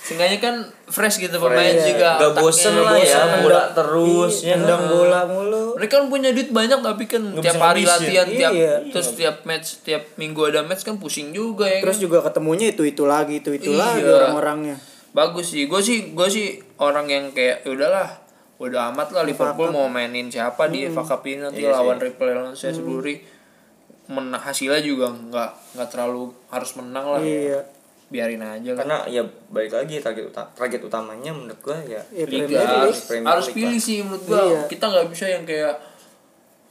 [SPEAKER 4] Seenggaknya kan fresh gitu pemain juga.
[SPEAKER 2] gak
[SPEAKER 4] otaknya. Iya.
[SPEAKER 2] bosen lah ya bola terus ya
[SPEAKER 3] Tendang bola mulu.
[SPEAKER 4] mereka kan punya duit banyak tapi kan tiap
[SPEAKER 2] bisa
[SPEAKER 4] hari
[SPEAKER 2] habis ya.
[SPEAKER 4] latihan tiap
[SPEAKER 3] Iya.
[SPEAKER 4] terus tiap match tiap minggu ada match kan pusing juga ya
[SPEAKER 3] Terus
[SPEAKER 4] kan?
[SPEAKER 3] juga ketemunya itu itu lagi itu itu lagi
[SPEAKER 4] Iya.
[SPEAKER 3] orang-orangnya.
[SPEAKER 4] bagus sih gue sih gue sih orang yang kayak "Ya udahlah udah amat lah Liverpool mau mainin siapa di
[SPEAKER 3] Hmm.
[SPEAKER 4] FA Cup ini nanti
[SPEAKER 2] Iya
[SPEAKER 4] lawan Replay lawan saya menang hasilnya juga nggak nggak terlalu harus menang lah
[SPEAKER 3] Iya.
[SPEAKER 4] biarin aja lah
[SPEAKER 2] karena ya balik lagi target uta- target utamanya menurut gua ya
[SPEAKER 3] Ya,
[SPEAKER 4] Liga
[SPEAKER 3] Premier League.
[SPEAKER 4] harus,
[SPEAKER 2] Premier
[SPEAKER 4] Iya, harus
[SPEAKER 2] League
[SPEAKER 4] pilih sih menurut gua
[SPEAKER 3] Iya.
[SPEAKER 4] kita nggak bisa yang kayak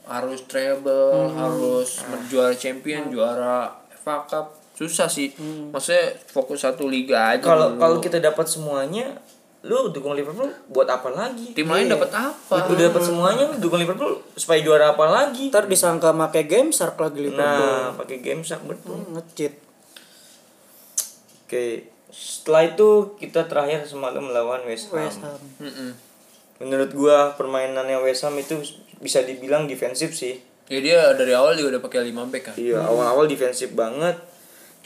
[SPEAKER 4] harus treble harus juara champion juara FA Cup susah sih maksudnya fokus satu liga aja
[SPEAKER 2] kalau
[SPEAKER 4] dulu.
[SPEAKER 2] kalau kita dapat semuanya lu dukung Liverpool buat apa lagi
[SPEAKER 4] tim lain dapat apa
[SPEAKER 2] udah dapat semuanya lu dukung Liverpool supaya juara apa lagi
[SPEAKER 3] Ntar disangka make game shark lagi Liverpool.
[SPEAKER 2] nah pakai game sak betul
[SPEAKER 3] Ngecit.
[SPEAKER 2] oke setelah itu kita terakhir semalam melawan West Ham
[SPEAKER 3] West Ham.
[SPEAKER 4] Mm-mm.
[SPEAKER 2] menurut gua permainannya West Ham itu bisa dibilang defensif sih
[SPEAKER 4] Ya dia dari awal juga udah pakai 5 back kan.
[SPEAKER 2] iya awal-awal defensif banget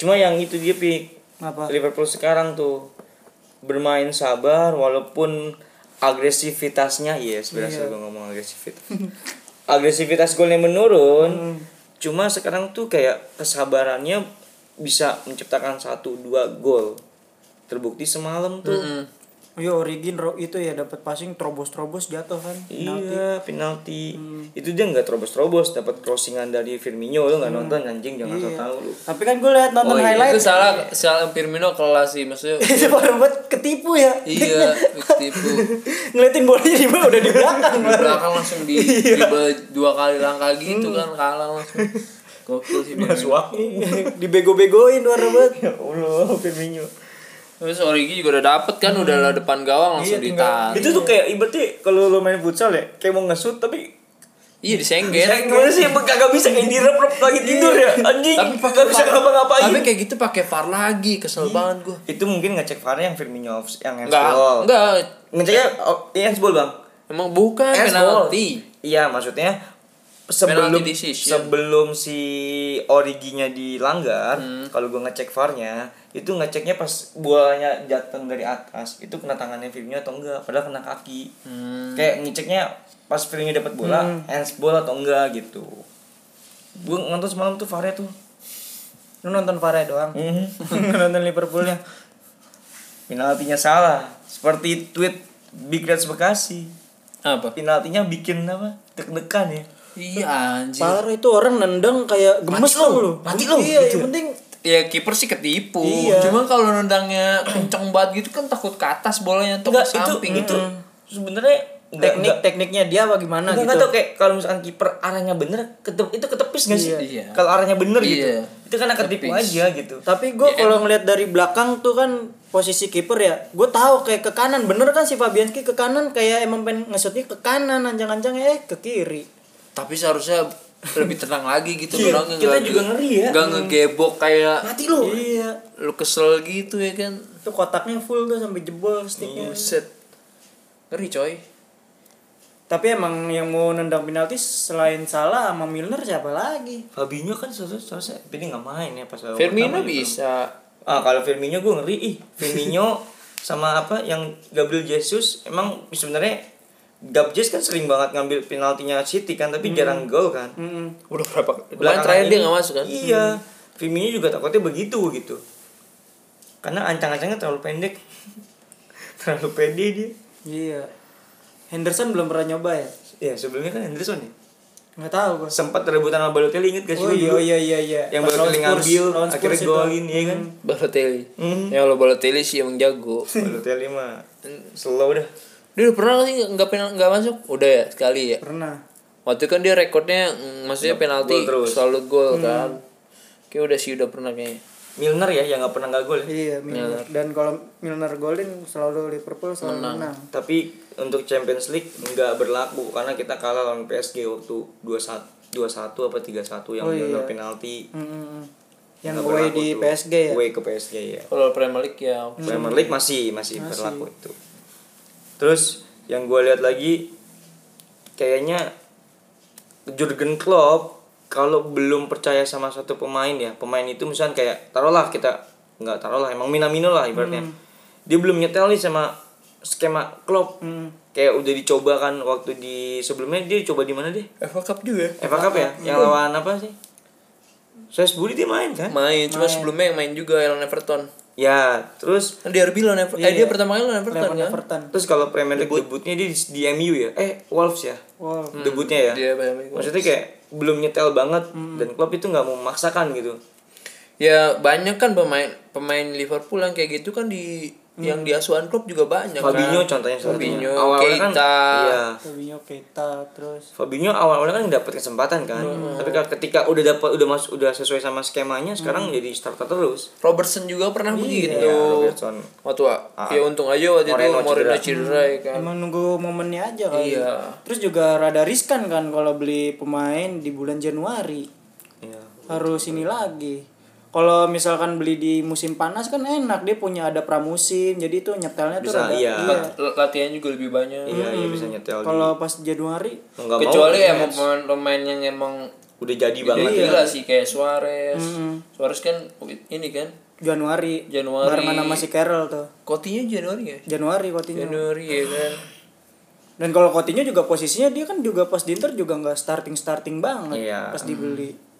[SPEAKER 2] cuma yang itu dia pik
[SPEAKER 3] Apa?
[SPEAKER 2] Liverpool sekarang tuh bermain sabar walaupun agresivitasnya yes berasa gue ngomong agresivitas agresivitas golnya menurun cuma sekarang tuh kayak kesabarannya bisa menciptakan satu dua gol terbukti semalam tuh
[SPEAKER 3] Yo Oh iya, Origin ro- itu ya dapat passing terobos-terobos jatuh kan. Penalti.
[SPEAKER 2] iya penalti itu dia nggak terobos-terobos dapat crossingan dari Firmino lu nggak nonton anjing jangan so tau lu
[SPEAKER 3] Tapi kan gue lihat nonton
[SPEAKER 4] Oh iya,
[SPEAKER 3] highlight
[SPEAKER 4] itu salah salah Firmino kelas sih maksudnya.
[SPEAKER 3] itu baru buat ketipu ya.
[SPEAKER 4] iya, tipu.
[SPEAKER 3] Ngeliatin bolanya di bawah udah di belakang.
[SPEAKER 4] Di belakang langsung di dribble dua kali langkah gitu kan kalah langsung. Gokil sih. Mas
[SPEAKER 3] Dibego-begoin warna banget.
[SPEAKER 2] ya Allah Firmino
[SPEAKER 4] Terus Origi Eh, juga udah dapet kan udah lah depan gawang langsung
[SPEAKER 2] Hmm.
[SPEAKER 4] ditahan.
[SPEAKER 2] Iya, itu tuh kayak ibaratnya kalau lo main futsal ya kayak mau ngesut tapi
[SPEAKER 4] Iya disenggol.
[SPEAKER 2] Ya, gimana sih emang kagak bisa kayak direp-rep lagi tidur ya anjing
[SPEAKER 4] Tapi pakai
[SPEAKER 2] kagak bisa
[SPEAKER 4] VAR.
[SPEAKER 2] ngapa-ngapain Iya.
[SPEAKER 4] Tapi kayak gitu pakai VAR lagi, kesel banget gua.
[SPEAKER 2] itu mungkin ngecek VAR yang Firmino off- yang
[SPEAKER 4] Enggak,
[SPEAKER 2] handsball
[SPEAKER 4] enggak.
[SPEAKER 2] ngeceknya oh, iya handsball bang
[SPEAKER 4] Emang bukan
[SPEAKER 2] Handsball.
[SPEAKER 4] penalti.
[SPEAKER 2] iya maksudnya sebelum
[SPEAKER 4] Penalty decision.
[SPEAKER 2] sebelum si originya dilanggar kalau gua ngecek VAR-nya itu ngeceknya pas bolanya jatuh dari atas itu kena tangannya Firmino atau enggak padahal kena kaki kayak ngeceknya pas Firmino dapat bola handsball atau enggak gitu gue nonton semalam tuh VAR-nya tuh
[SPEAKER 3] Lu nonton Fare doang.
[SPEAKER 2] nonton Liverpoolnya penaltinya salah seperti tweet Big Reds Bekasi
[SPEAKER 4] Apa?
[SPEAKER 2] penaltinya bikin apa deg-degan ya
[SPEAKER 4] Iya anjir.
[SPEAKER 3] Parah itu orang nendang kayak gemes
[SPEAKER 2] lu,
[SPEAKER 3] lu lu.
[SPEAKER 2] mati lu,
[SPEAKER 3] Iya,
[SPEAKER 2] gitu.
[SPEAKER 3] yang penting
[SPEAKER 4] Ya kiper sih ketipu.
[SPEAKER 3] Iya.
[SPEAKER 4] Cuma kalau nendangnya kenceng banget gitu kan takut ke atas bolanya atau
[SPEAKER 2] enggak
[SPEAKER 4] ke
[SPEAKER 2] itu
[SPEAKER 4] samping Hmm.
[SPEAKER 2] itu sebenarnya enggak-
[SPEAKER 3] teknik
[SPEAKER 2] enggak-
[SPEAKER 3] tekniknya dia bagaimana
[SPEAKER 2] enggak
[SPEAKER 3] gitu.
[SPEAKER 2] enggak tau kayak kalau misalkan kiper arahnya bener ketep, itu ketepis gak sih
[SPEAKER 4] Iya.
[SPEAKER 2] kalau arahnya bener gitu
[SPEAKER 4] Iya.
[SPEAKER 2] itu kan ketipu
[SPEAKER 4] Ketepis.
[SPEAKER 2] aja gitu
[SPEAKER 3] Tapi gue kalau ngelihat dari belakang tuh kan posisi kiper ya, gue tahu kayak ke kanan bener kan si Fabianski ke kanan kayak emang pengen ngesutnya ke kanan anjang-anjang eh ke kiri.
[SPEAKER 4] tapi seharusnya lebih tenang lagi gitu
[SPEAKER 2] Iya,
[SPEAKER 4] orangnya
[SPEAKER 2] kita
[SPEAKER 4] nggak-
[SPEAKER 2] juga ngeri ya.
[SPEAKER 4] nggak ngegebok kayak
[SPEAKER 2] mati lu
[SPEAKER 3] Iya,
[SPEAKER 4] lu kesel gitu ya kan
[SPEAKER 3] itu kotaknya full tuh sampai jebol sticknya.
[SPEAKER 4] buset ngeri coy
[SPEAKER 3] Tapi emang yang mau nendang penalti selain salah sama Milner siapa lagi?
[SPEAKER 2] Fabinho kan seharusnya seharusnya tapi nggak main ya pas awal
[SPEAKER 4] Firmino
[SPEAKER 2] pertama gitu.
[SPEAKER 4] bisa
[SPEAKER 2] ah kalau Firmino gue ngeri ih Firmino sama apa yang Gabriel Jesus emang sebenarnya Gabriel Jesus kan sering banget ngambil penaltinya City kan
[SPEAKER 4] Hmm.
[SPEAKER 2] tapi jarang gol kan
[SPEAKER 3] Mm-mm.
[SPEAKER 4] udah berapa kemarin
[SPEAKER 2] Belakangan
[SPEAKER 4] terakhir dia
[SPEAKER 2] ini-
[SPEAKER 4] nggak masuk kan
[SPEAKER 2] iya Firmino juga takutnya begitu gitu karena ancang-ancangnya terlalu pendek terlalu pede dia
[SPEAKER 3] Iya. Henderson belum pernah nyoba ya?
[SPEAKER 2] ya sebelumnya kan Henderson ya
[SPEAKER 3] Nggak tahu gue.
[SPEAKER 2] sempat rebutan sama Balotelli inget gak sih
[SPEAKER 3] Oh
[SPEAKER 2] lu
[SPEAKER 3] iya
[SPEAKER 2] dulu?
[SPEAKER 3] iya iya iya.
[SPEAKER 2] yang
[SPEAKER 3] Pas
[SPEAKER 2] Balotelli
[SPEAKER 3] lawan Spurs,
[SPEAKER 2] ngambil
[SPEAKER 3] lawan Spurs
[SPEAKER 2] akhirnya
[SPEAKER 3] itu.
[SPEAKER 2] golin ya kan
[SPEAKER 4] Balotelli
[SPEAKER 2] Hmm.
[SPEAKER 4] ya kalau Balotelli sih emang jago
[SPEAKER 2] Balotelli mah slow dah
[SPEAKER 4] dia udah pernah nggak sih nggak penal nggak masuk udah ya sekali ya
[SPEAKER 3] Pernah.
[SPEAKER 4] waktu itu kan dia rekornya mm, maksudnya penalti
[SPEAKER 2] gol terus. Hmm.
[SPEAKER 4] selalu gol kan kayak udah sih udah pernah kayaknya
[SPEAKER 2] Milner ya yang nggak pernah nggak gol ya?
[SPEAKER 3] Iya, Milner. Dan kalau Milner golin selalu Liverpool selalu menang.
[SPEAKER 2] tapi untuk Champions League nggak berlaku karena kita kalah lawan PSG waktu 21 21 apa 31 yang
[SPEAKER 3] Oh,
[SPEAKER 2] Milner
[SPEAKER 3] iya.
[SPEAKER 2] penalti
[SPEAKER 3] Mm-mm. mm. Yang
[SPEAKER 2] Nggak
[SPEAKER 3] away
[SPEAKER 2] berlaku
[SPEAKER 3] di
[SPEAKER 2] tuh.
[SPEAKER 3] PSG ya.
[SPEAKER 2] away ke PSG ya
[SPEAKER 4] kalau Premier League ya
[SPEAKER 2] Premier League masih masih, berlaku itu terus yang gue lihat lagi kayaknya Jurgen Klopp kalau belum percaya sama satu pemain ya pemain itu misalnya kayak taruhlah kita nggak taruhlah emang Minamino lah ibaratnya dia belum nyetel nih sama skema Klopp
[SPEAKER 3] Hmm.
[SPEAKER 2] kayak udah dicoba kan waktu di sebelumnya dia coba di mana deh
[SPEAKER 4] FA Cup juga
[SPEAKER 2] FA Cup ya yang lawan apa sih Salisbury dia main kan
[SPEAKER 4] main cuma sebelumnya yang main juga Elon Everton
[SPEAKER 2] ya terus
[SPEAKER 4] Kan derby lawan Everton
[SPEAKER 2] Iya,
[SPEAKER 4] eh dia pertama kali lawan Everton
[SPEAKER 3] Lawan
[SPEAKER 4] kan
[SPEAKER 3] Everton.
[SPEAKER 2] terus kalau Premier League debutnya dia di, di MU ya eh Wolves ya
[SPEAKER 3] Wow.
[SPEAKER 2] debutnya ya
[SPEAKER 4] Hmm. dia Hmm. pertama kali.
[SPEAKER 2] maksudnya kayak belum nyetel banget dan Klopp itu nggak mau memaksakan gitu
[SPEAKER 4] ya banyak kan pemain pemain Liverpool yang kayak gitu kan di yang di asuhan klub juga banyak
[SPEAKER 2] Hmm. Fabinho
[SPEAKER 4] kan
[SPEAKER 2] contohnya salah satunya
[SPEAKER 4] Fabinho
[SPEAKER 2] awalnya kan
[SPEAKER 4] Keita.
[SPEAKER 2] iya
[SPEAKER 3] Fabinho Keita terus
[SPEAKER 2] Fabinho awalnya kan dapat kesempatan kan
[SPEAKER 4] Hmm.
[SPEAKER 2] tapi kan ketika udah dapat udah masuk udah sesuai sama skemanya sekarang jadi starter terus
[SPEAKER 4] Robertson juga pernah begitu
[SPEAKER 2] Iya, Robertson. Ah.
[SPEAKER 4] waktu ya untung aja waktu
[SPEAKER 2] Moreno
[SPEAKER 4] itu Moreno
[SPEAKER 2] cedera. Hmm. Iya.
[SPEAKER 4] cedera ya kan
[SPEAKER 3] emang nunggu momennya aja kali.
[SPEAKER 4] Iya.
[SPEAKER 3] Terus juga rada riskan kan kalau beli pemain di bulan Januari.
[SPEAKER 2] Iya.
[SPEAKER 3] Harus ini lagi. kalau misalkan beli di musim panas kan enak dia punya ada pramusim jadi itu nyetelnya tuh
[SPEAKER 2] Bisa,
[SPEAKER 3] rada-
[SPEAKER 2] iya.
[SPEAKER 4] L- latihan juga lebih banyak
[SPEAKER 2] Iya, iya bisa nyetel. di-
[SPEAKER 3] kalau pas Januari
[SPEAKER 2] Mau nggak mau,
[SPEAKER 4] Hmm. kecuali emang iya. pemain-pemain yang emang
[SPEAKER 2] udah jadi
[SPEAKER 4] gila,
[SPEAKER 2] banget ya.
[SPEAKER 4] gila sih kayak Suarez
[SPEAKER 2] Hmm.
[SPEAKER 4] Suarez kan ini kan
[SPEAKER 3] Januari
[SPEAKER 4] Januari.
[SPEAKER 3] barengan sama si Carroll tuh
[SPEAKER 4] Kotinya Januari ya
[SPEAKER 3] Januari
[SPEAKER 2] Iya.
[SPEAKER 3] Coutinho
[SPEAKER 4] Januari ya kan
[SPEAKER 3] dan kalau Coutinho juga posisinya dia kan juga pas di Inter juga nggak starting starting banget
[SPEAKER 2] Iya.
[SPEAKER 3] pas dibeli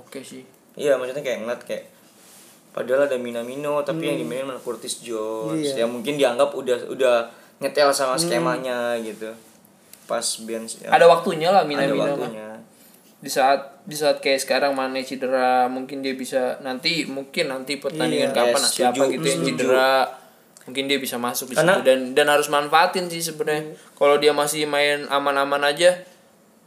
[SPEAKER 4] oke sih
[SPEAKER 2] Iya, maksudnya kayak ngeliat kayak padahal ada Minamino tapi yang
[SPEAKER 3] Hmm.
[SPEAKER 2] dimainin malah Curtis Jones.
[SPEAKER 3] Iya.
[SPEAKER 2] Ya mungkin dianggap udah udah nyetel
[SPEAKER 3] Hmm.
[SPEAKER 2] sama skemanya gitu. Pas bench ya.
[SPEAKER 4] ada waktunya lah Mina
[SPEAKER 2] ada
[SPEAKER 4] Mina
[SPEAKER 2] waktunya.
[SPEAKER 4] di saat di saat kayak sekarang Mane cedera mungkin dia bisa nanti mungkin nanti
[SPEAKER 2] Iya.
[SPEAKER 4] pertandingan kapan
[SPEAKER 2] Yes,
[SPEAKER 4] siapa
[SPEAKER 2] setuju,
[SPEAKER 4] gitu yang cedera mungkin dia bisa masuk di
[SPEAKER 2] Karena-
[SPEAKER 4] situ dan dan harus manfaatin sih sebenarnya
[SPEAKER 3] Hmm.
[SPEAKER 4] kalau dia masih main aman-aman aja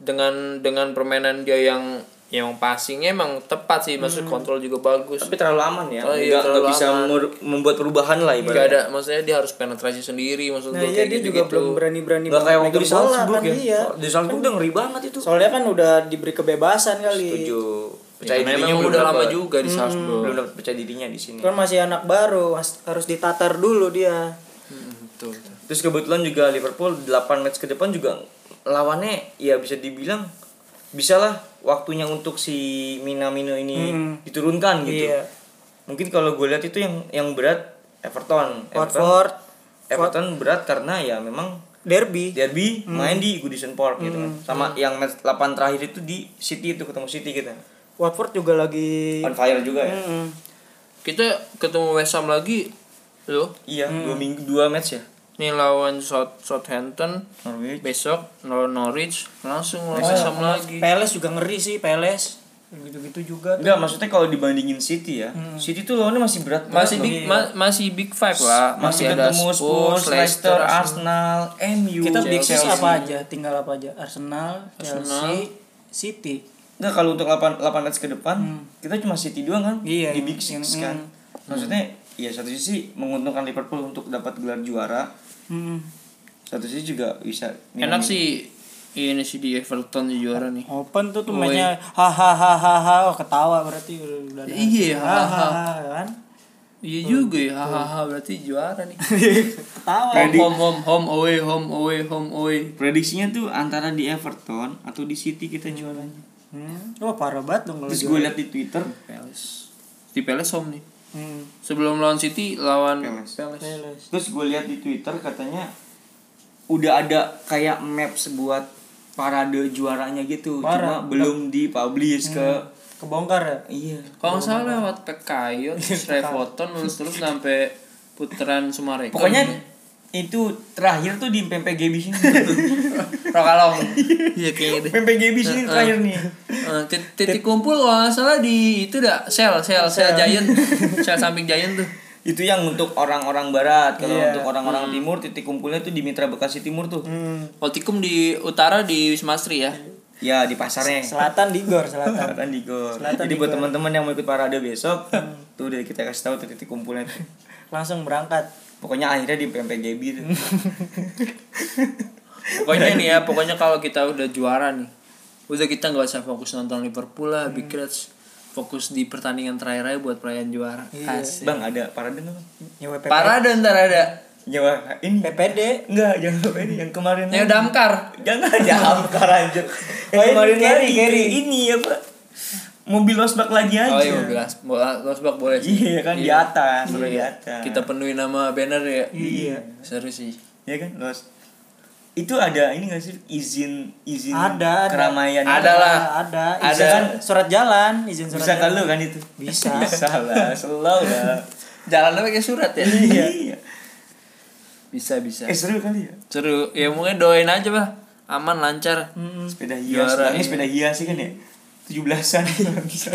[SPEAKER 4] dengan dengan permainan dia yang yang passingnya emang tepat sih maksud
[SPEAKER 3] Hmm.
[SPEAKER 4] kontrol juga bagus
[SPEAKER 2] Tapi terlalu aman ya.
[SPEAKER 4] Oh, iya,
[SPEAKER 2] Nggak- nggak
[SPEAKER 4] terlalu
[SPEAKER 2] bisa
[SPEAKER 4] aman.
[SPEAKER 2] mer- membuat perubahan lah
[SPEAKER 4] nggak
[SPEAKER 2] ibaratnya.
[SPEAKER 4] ada maksudnya dia harus penetrasi sendiri maksud
[SPEAKER 3] Iya. nah
[SPEAKER 4] gue
[SPEAKER 3] iya
[SPEAKER 4] kayak
[SPEAKER 3] dia
[SPEAKER 4] gitu,
[SPEAKER 3] juga belum berani berani
[SPEAKER 2] Nggak kayak waktu di Salzburg
[SPEAKER 3] kan,
[SPEAKER 2] ya.
[SPEAKER 3] iya
[SPEAKER 2] Di Salzburg udah ngeri banget itu.
[SPEAKER 3] soalnya kan udah diberi kebebasan kali
[SPEAKER 2] Setuju.
[SPEAKER 4] Ya,
[SPEAKER 2] Percaya
[SPEAKER 4] karena
[SPEAKER 2] dirinya
[SPEAKER 4] emang
[SPEAKER 2] belum
[SPEAKER 4] udah lama
[SPEAKER 2] dapet.
[SPEAKER 4] juga di
[SPEAKER 3] Hmm.
[SPEAKER 4] Salzburg
[SPEAKER 2] Belum dapat percaya dirinya di sini.
[SPEAKER 3] kan masih anak baru mas- harus ditatar dulu dia
[SPEAKER 4] Mm, betul, betul.
[SPEAKER 2] Terus kebetulan juga Liverpool 8 match ke depan juga lawannya ya bisa dibilang bisalah waktunya untuk si Minamino ini
[SPEAKER 3] Hmm.
[SPEAKER 2] diturunkan gitu.
[SPEAKER 3] Iya.
[SPEAKER 2] Mungkin kalau gue lihat itu yang yang berat Everton. Everton,
[SPEAKER 3] Watford
[SPEAKER 2] Everton berat karena ya memang
[SPEAKER 3] derby
[SPEAKER 2] derby
[SPEAKER 3] Hmm.
[SPEAKER 2] main di Goodison Park gitu kan. Sama yang match 8 terakhir itu di City itu ketemu City gitu.
[SPEAKER 3] Watford juga lagi
[SPEAKER 2] On fire juga ya.
[SPEAKER 3] Mm-mm.
[SPEAKER 4] kita ketemu West Ham lagi loh
[SPEAKER 2] Iya,
[SPEAKER 3] Hmm.
[SPEAKER 2] dua minggu dua match ya.
[SPEAKER 4] Ini lawan South Southampton
[SPEAKER 2] Norwich.
[SPEAKER 4] besok lawan Norwich langsung lawan West Ham lagi.
[SPEAKER 3] Peles juga ngeri sih Peles gitu-gitu juga tuh.
[SPEAKER 2] Enggak, maksudnya kalau dibandingin City ya.
[SPEAKER 3] Hmm.
[SPEAKER 2] City tuh lawannya masih berat banget
[SPEAKER 4] Masih
[SPEAKER 2] loh.
[SPEAKER 4] big ma- masih big five lah,
[SPEAKER 2] masih
[SPEAKER 4] masih, ada
[SPEAKER 2] ketemu Spurs, Leicester, Arsenal, MU.
[SPEAKER 3] kita big six
[SPEAKER 2] Chelsea.
[SPEAKER 3] apa aja tinggal apa aja Arsenal, Chelsea City
[SPEAKER 2] Nah, kalau untuk 8 8 match ke depan, kita cuma City doang kan
[SPEAKER 3] Hmm. Iya,
[SPEAKER 2] di
[SPEAKER 3] yang-
[SPEAKER 2] big six
[SPEAKER 3] yang- hmm.
[SPEAKER 2] kan. Maksudnya ya satu sisi menguntungkan Liverpool untuk dapat gelar juara,
[SPEAKER 3] Mm-mm.
[SPEAKER 2] satu sisi juga bisa
[SPEAKER 4] Enak sih ini sih di Everton di juara nih.
[SPEAKER 3] Open tuh tuh mainnya hahaha Oh, ketawa berarti udah ada.
[SPEAKER 4] Iya, hahaha.
[SPEAKER 3] Hahaha, kan
[SPEAKER 2] Oh,
[SPEAKER 4] Iya juga ya, hahaha berarti juara nih.
[SPEAKER 3] ketawa
[SPEAKER 2] Eh.
[SPEAKER 4] home, home home home away home away home away.
[SPEAKER 2] Prediksinya tuh antara di Everton atau di City kita juaranya.
[SPEAKER 3] hmm. wah parah banget dong kalau
[SPEAKER 2] Terus
[SPEAKER 3] juara.
[SPEAKER 2] gue lihat di Twitter,
[SPEAKER 4] Palace. Di Palace home nih.
[SPEAKER 3] hmm.
[SPEAKER 4] Sebelum lawan City lawan
[SPEAKER 2] Palace.
[SPEAKER 4] Palace.
[SPEAKER 3] Peles.
[SPEAKER 2] terus gue lihat di Twitter katanya udah ada kayak maps buat parade juaranya gitu,
[SPEAKER 3] Parah. Hmm.
[SPEAKER 2] cuma belum dipublish ke
[SPEAKER 3] kebongkar ya
[SPEAKER 2] Iya.
[SPEAKER 4] Kalau nggak salah lewat PKI, Revoton, lulus terus sampai putaran Sumarekon.
[SPEAKER 2] Pokoknya itu terakhir tuh di PMPG sini.
[SPEAKER 4] Rokalong. Iya kayaknya deh.
[SPEAKER 2] PMPG sini terakhir nih.
[SPEAKER 4] Eh, tit- titik kumpul kalau nggak salah di itu dah sel sel sel giant sel samping giant tuh
[SPEAKER 2] Itu yang untuk orang-orang barat. Kalau
[SPEAKER 3] Iya. Hmm.
[SPEAKER 2] untuk orang-orang timur titik kumpulnya tuh di Mitra Bekasi Timur tuh.
[SPEAKER 4] Otikum di utara di Wisma Asri ya
[SPEAKER 2] Ya di pasarnya.
[SPEAKER 3] selatan di gor selatan
[SPEAKER 2] Selatan di Gor.
[SPEAKER 3] Selatan
[SPEAKER 2] Jadi
[SPEAKER 3] di
[SPEAKER 2] buat
[SPEAKER 3] Gor.
[SPEAKER 2] teman-teman yang mau ikut parade besok, tuh udah kita kasih tahu tuh titik kumpulnya tuh.
[SPEAKER 3] langsung berangkat
[SPEAKER 2] Pokoknya akhirnya di PMPGB tuh.
[SPEAKER 4] pokoknya nih ya pokoknya kalau kita udah juara nih udah kita nggak usah fokus nonton Liverpool lah Big
[SPEAKER 2] Hmm.
[SPEAKER 4] Reds fokus di pertandingan terakhir aja buat perayaan juara Asik.
[SPEAKER 2] Bang ada parade nggak? Bang?
[SPEAKER 3] nyewa PP
[SPEAKER 4] parade ntar ada
[SPEAKER 2] Nyawa ini
[SPEAKER 3] PPD
[SPEAKER 2] enggak jangan lupa ini yang kemarin.
[SPEAKER 4] ya damkar
[SPEAKER 2] Jangan diangkar aja.
[SPEAKER 3] Oh, ini
[SPEAKER 2] kemarin
[SPEAKER 3] carry,
[SPEAKER 2] lagi,
[SPEAKER 3] carry.
[SPEAKER 2] ini apa? Mobil losbak lagi aja.
[SPEAKER 4] oh iya belas bola losbak boleh sih Iya.
[SPEAKER 2] Iya kan di atas, udah di atas.
[SPEAKER 4] kita penuhi nama banner ya
[SPEAKER 3] Iya.
[SPEAKER 4] seru sih
[SPEAKER 2] ya kan los. Itu ada ini gak sih izin izin
[SPEAKER 3] Ada, ada.
[SPEAKER 2] keramaian.
[SPEAKER 4] Ada lah.
[SPEAKER 3] ada
[SPEAKER 2] Ada.
[SPEAKER 3] izin kan surat jalan izin surat
[SPEAKER 2] Bisa
[SPEAKER 3] jalan
[SPEAKER 2] kan lu kan itu?
[SPEAKER 3] Bisa.
[SPEAKER 2] Bisa lah, selalu lah.
[SPEAKER 4] jalannya pakai surat ya
[SPEAKER 2] iya.
[SPEAKER 4] bisa bisa
[SPEAKER 2] Eh seru kali ya.
[SPEAKER 4] seru ya mungkin doain aja bah aman lancar
[SPEAKER 3] Hmm.
[SPEAKER 2] Sepeda hias,
[SPEAKER 4] Juara,
[SPEAKER 2] ini
[SPEAKER 4] iya.
[SPEAKER 2] sepeda hias sih kan ya. 17-an Bisa.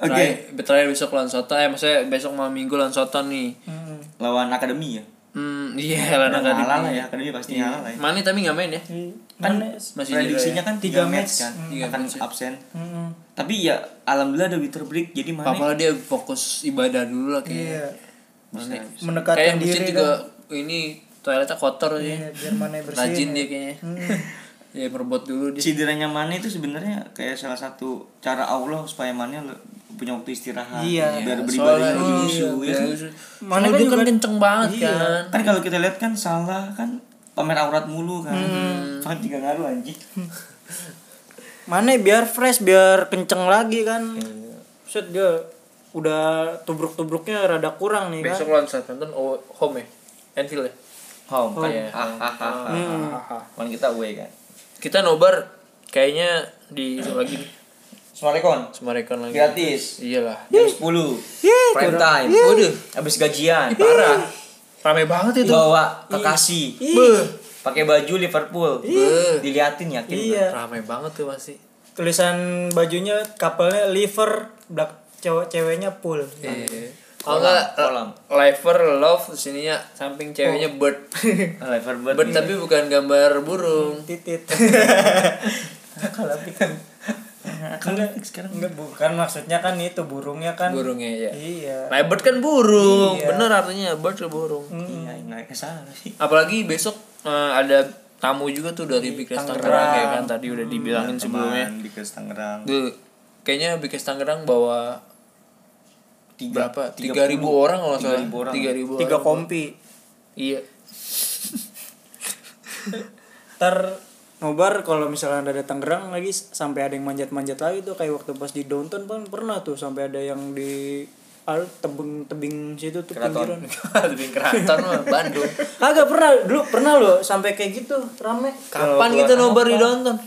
[SPEAKER 2] Oke,
[SPEAKER 4] Terakhir- terakhir besok lawan Soton eh maksudnya besok malam minggu lawan Soton nih
[SPEAKER 3] Hmm.
[SPEAKER 2] lawan akademi ya.
[SPEAKER 4] hmm iya lah naga
[SPEAKER 2] halal lah ya, akademi pasti halal lah ya.
[SPEAKER 4] Mani tapi nggak main ya
[SPEAKER 3] kan
[SPEAKER 4] Iya. masih ya?
[SPEAKER 2] Prediksinya kan
[SPEAKER 3] Tiga
[SPEAKER 2] 3 match
[SPEAKER 3] match.
[SPEAKER 2] kan
[SPEAKER 4] Tiga
[SPEAKER 2] akan
[SPEAKER 4] match ya.
[SPEAKER 2] absen.
[SPEAKER 3] Mm-mm.
[SPEAKER 2] Tapi ya alhamdulillah ada winter break jadi mana ya?
[SPEAKER 4] Papa dia fokus ibadah dulu lah kayaknya
[SPEAKER 3] iya
[SPEAKER 2] Mane.
[SPEAKER 4] kayak
[SPEAKER 2] kan.
[SPEAKER 3] mendekatkan
[SPEAKER 4] masjid
[SPEAKER 3] diri kan
[SPEAKER 4] juga
[SPEAKER 2] Iya,
[SPEAKER 4] ini toiletnya kotor sih
[SPEAKER 2] ya.
[SPEAKER 3] Iya, biar mana bersih
[SPEAKER 4] rajin
[SPEAKER 3] nih.
[SPEAKER 4] dia kayaknya
[SPEAKER 2] Hmm.
[SPEAKER 4] ya perbuat dulu dia
[SPEAKER 2] Cederanya Mane itu sebenarnya kayak salah satu cara Allah supaya Mane le- punya waktu istirahat
[SPEAKER 3] Iya.
[SPEAKER 2] biar beri
[SPEAKER 4] soalnya
[SPEAKER 2] badannya lebih
[SPEAKER 4] iya,
[SPEAKER 2] usuh ya
[SPEAKER 4] biar
[SPEAKER 2] kan?
[SPEAKER 4] usus.
[SPEAKER 3] Mana
[SPEAKER 4] Soalnya
[SPEAKER 3] kan
[SPEAKER 4] dia kan
[SPEAKER 3] juga-
[SPEAKER 4] kenceng banget
[SPEAKER 3] Iya.
[SPEAKER 4] kan
[SPEAKER 2] Kan kalau kita lihat kan salah kan pamer aurat mulu kan. Sangat juga ngaruh anjing.
[SPEAKER 3] Mane biar fresh biar kenceng lagi kan set dia udah tubruk-tubruknya rada kurang nih kan
[SPEAKER 4] besok lawan Southampton oh, home ya Anfield ya
[SPEAKER 2] Home.
[SPEAKER 3] Home.
[SPEAKER 2] Kan? Ah, ah, ah, ah, ah. Lawan kita away kan.
[SPEAKER 4] kita nobar kayaknya di itu lagi nih
[SPEAKER 2] Semarekon
[SPEAKER 4] Semarekan lagi
[SPEAKER 2] gratis.
[SPEAKER 4] iyalah Iya.
[SPEAKER 2] Jam 10. Prime time. Waduh, habis gajian. Parah.
[SPEAKER 4] rame banget itu
[SPEAKER 2] Bawa kekasih. Beuh. Pakai baju Liverpool. Beuh. Diliatin yakin.
[SPEAKER 3] iya
[SPEAKER 4] rame banget tuh pasti
[SPEAKER 3] tulisan bajunya kapalnya liver black cewek ceweknya pool
[SPEAKER 4] Iya. kalau nggak
[SPEAKER 2] kolam.
[SPEAKER 4] liver love sininya samping ceweknya bird
[SPEAKER 2] Ah, Liverpool.
[SPEAKER 4] bird tapi bukan gambar burung
[SPEAKER 3] titit
[SPEAKER 2] kalau
[SPEAKER 3] gitu.
[SPEAKER 2] sekarang
[SPEAKER 3] Enggak, bukan maksudnya kan itu burungnya kan
[SPEAKER 4] burungnya ya
[SPEAKER 3] iya
[SPEAKER 4] Nah, bird kan burung bener artinya bird tuh burung
[SPEAKER 2] Iya, nggak kesana sih.
[SPEAKER 4] apalagi besok eh, ada tamu juga tuh dari Bikres Tangerang ya kan tadi udah dibilangin sebelumnya
[SPEAKER 2] Teman di Kes Tangerang.
[SPEAKER 4] Duh, kayaknya Bikres Tangerang bawa
[SPEAKER 2] Tiga.
[SPEAKER 4] berapa tiga ribu orang kalau nggak salah
[SPEAKER 2] 3.000 orang.
[SPEAKER 4] tiga ribu
[SPEAKER 3] tiga kompi
[SPEAKER 4] iya
[SPEAKER 3] ter nobar kalau misalnya ada Tangerang lagi s- sampai ada yang manjat-manjat lagi tuh kayak waktu pas di downtown kan pernah tuh sampai ada yang di al tebing-tebing situ tuh pinggiran
[SPEAKER 4] lebih keraton mah Bandung
[SPEAKER 3] agak pernah dulu pernah loh sampai kayak gitu rame
[SPEAKER 4] kapan kita nobar di Downton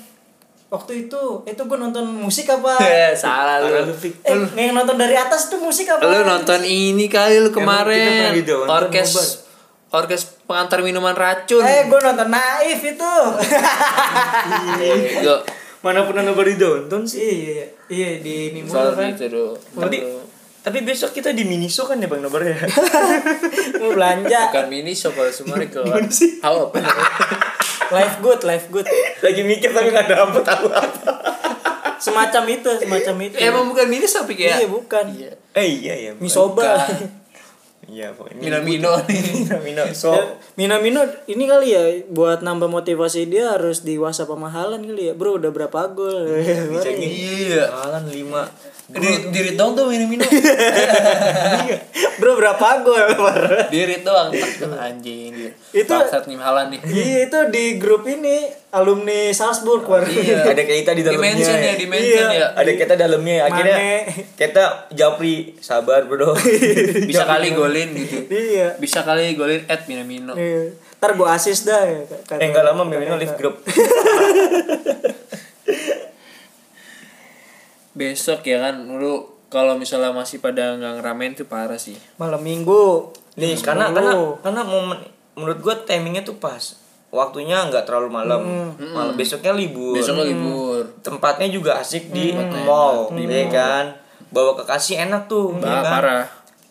[SPEAKER 3] waktu itu itu gue nonton musik apa
[SPEAKER 4] Eh, salah lu.
[SPEAKER 3] eh yang nonton dari atas tuh musik apa
[SPEAKER 4] Lu nonton ini kali lu
[SPEAKER 2] kita pernah
[SPEAKER 4] kemarin.
[SPEAKER 2] di Downton,
[SPEAKER 4] Orkes
[SPEAKER 2] nobar.
[SPEAKER 4] orkes pengantar minuman racun.
[SPEAKER 3] eh gue nonton naif itu
[SPEAKER 4] Iya.
[SPEAKER 2] Mana pernah nobar di downtown sih?
[SPEAKER 3] iya iya iya di ini mulu
[SPEAKER 4] Soal
[SPEAKER 3] kan
[SPEAKER 4] gitu dulu.
[SPEAKER 2] Tapi tapi besok kita di Miniso kan ya Bang nobarnya?
[SPEAKER 3] mau belanja
[SPEAKER 4] Bukan mini shop kalau semua ke. Halo.
[SPEAKER 3] life good life good
[SPEAKER 2] Lagi mikir tapi nggak dapet apa-apa.
[SPEAKER 3] semacam itu semacam itu
[SPEAKER 4] Emang bukan mini shop
[SPEAKER 3] iya
[SPEAKER 4] ya?
[SPEAKER 3] bukan
[SPEAKER 2] Eh iya ya.
[SPEAKER 3] misoba
[SPEAKER 2] Iya pokoknya.
[SPEAKER 4] Mino-mino nih.
[SPEAKER 2] Mino. So
[SPEAKER 3] Ya, Minamino ini kali ya buat nambah motivasi dia harus di WhatsApp pemahalan kali ya. Bro udah berapa gol?
[SPEAKER 4] Iya.
[SPEAKER 2] Alan 5
[SPEAKER 4] Dirit dirit dong tuh mino-mino.
[SPEAKER 3] Bro berapa gol?
[SPEAKER 4] Dirit doang. Tek, Anjing. dia.
[SPEAKER 3] Itu-
[SPEAKER 4] Bangsat nih halan nih.
[SPEAKER 3] Iya itu di grup ini alumni Salzburg
[SPEAKER 2] Oh,
[SPEAKER 3] war.
[SPEAKER 4] Iya.
[SPEAKER 2] Ada kita di dalamnya.
[SPEAKER 4] Dimension ya, dimension
[SPEAKER 3] Iya.
[SPEAKER 4] ya.
[SPEAKER 2] Ada kita dalamnya ya. Akhirnya
[SPEAKER 3] Mane.
[SPEAKER 2] kita Japri sabar bro.
[SPEAKER 4] Bisa kali golin gitu.
[SPEAKER 3] Iya.
[SPEAKER 4] Bisa kali golin at mino-mino.
[SPEAKER 3] Iya. Ntar gue asis dah ya. kata-
[SPEAKER 2] eh nggak lama Mino live grup.
[SPEAKER 4] besok ya kan lu kalau misalnya masih pada nggak ngeramein tuh parah sih
[SPEAKER 3] Malam minggu.
[SPEAKER 2] Nih karena karena
[SPEAKER 3] Dulu.
[SPEAKER 2] karena momen menurut gua timingnya tuh pas. Waktunya nggak terlalu malam.
[SPEAKER 4] Hmm.
[SPEAKER 2] Malam Hmm. besoknya libur.
[SPEAKER 4] besok lu libur
[SPEAKER 2] Tempatnya juga asik di
[SPEAKER 4] Hmm.
[SPEAKER 2] mall, ya kan. Bawa kekasih enak tuh, ya
[SPEAKER 4] bah
[SPEAKER 2] kan?
[SPEAKER 4] parah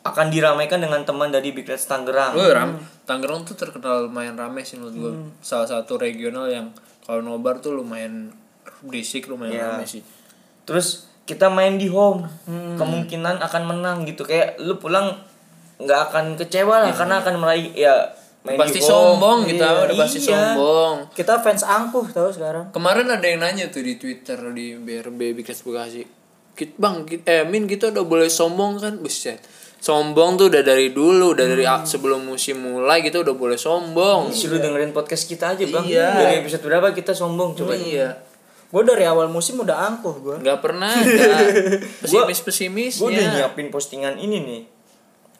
[SPEAKER 2] Akan diramaikan dengan teman dari Big Reds Tangerang.
[SPEAKER 4] lu ram Tangerang tuh terkenal lumayan rame sih menurut gua
[SPEAKER 2] Hmm.
[SPEAKER 4] salah satu regional yang kalau nobar tuh lumayan berisik lumayan
[SPEAKER 2] Iya.
[SPEAKER 4] rame sih
[SPEAKER 2] terus kita main di home
[SPEAKER 4] Hmm.
[SPEAKER 2] kemungkinan akan menang gitu kayak lu pulang nggak akan kecewa lah karena akan meraih ya main
[SPEAKER 4] Iya. pasti
[SPEAKER 2] di home.
[SPEAKER 4] sombong kita udah pasti
[SPEAKER 2] oh, Iya.
[SPEAKER 4] sombong
[SPEAKER 3] Kita fans angkuh tau sekarang.
[SPEAKER 4] kemarin ada yang nanya tuh di twitter di BRB Bikres Bekasi "Kit- bang kit, eh min kita udah boleh sombong kan buset sombong tuh udah dari dulu udah dari a- sebelum musim mulai gitu udah boleh sombong
[SPEAKER 2] Disuruh dengerin podcast kita aja bang
[SPEAKER 4] Iya.
[SPEAKER 2] dari episode berapa kita sombong coba
[SPEAKER 4] iya
[SPEAKER 3] Gue dari awal musim udah angkuh gue.
[SPEAKER 4] ya? nggak pernah ada pesimis
[SPEAKER 2] gue udah
[SPEAKER 4] pesimisnya
[SPEAKER 2] nyiapin postingan ini nih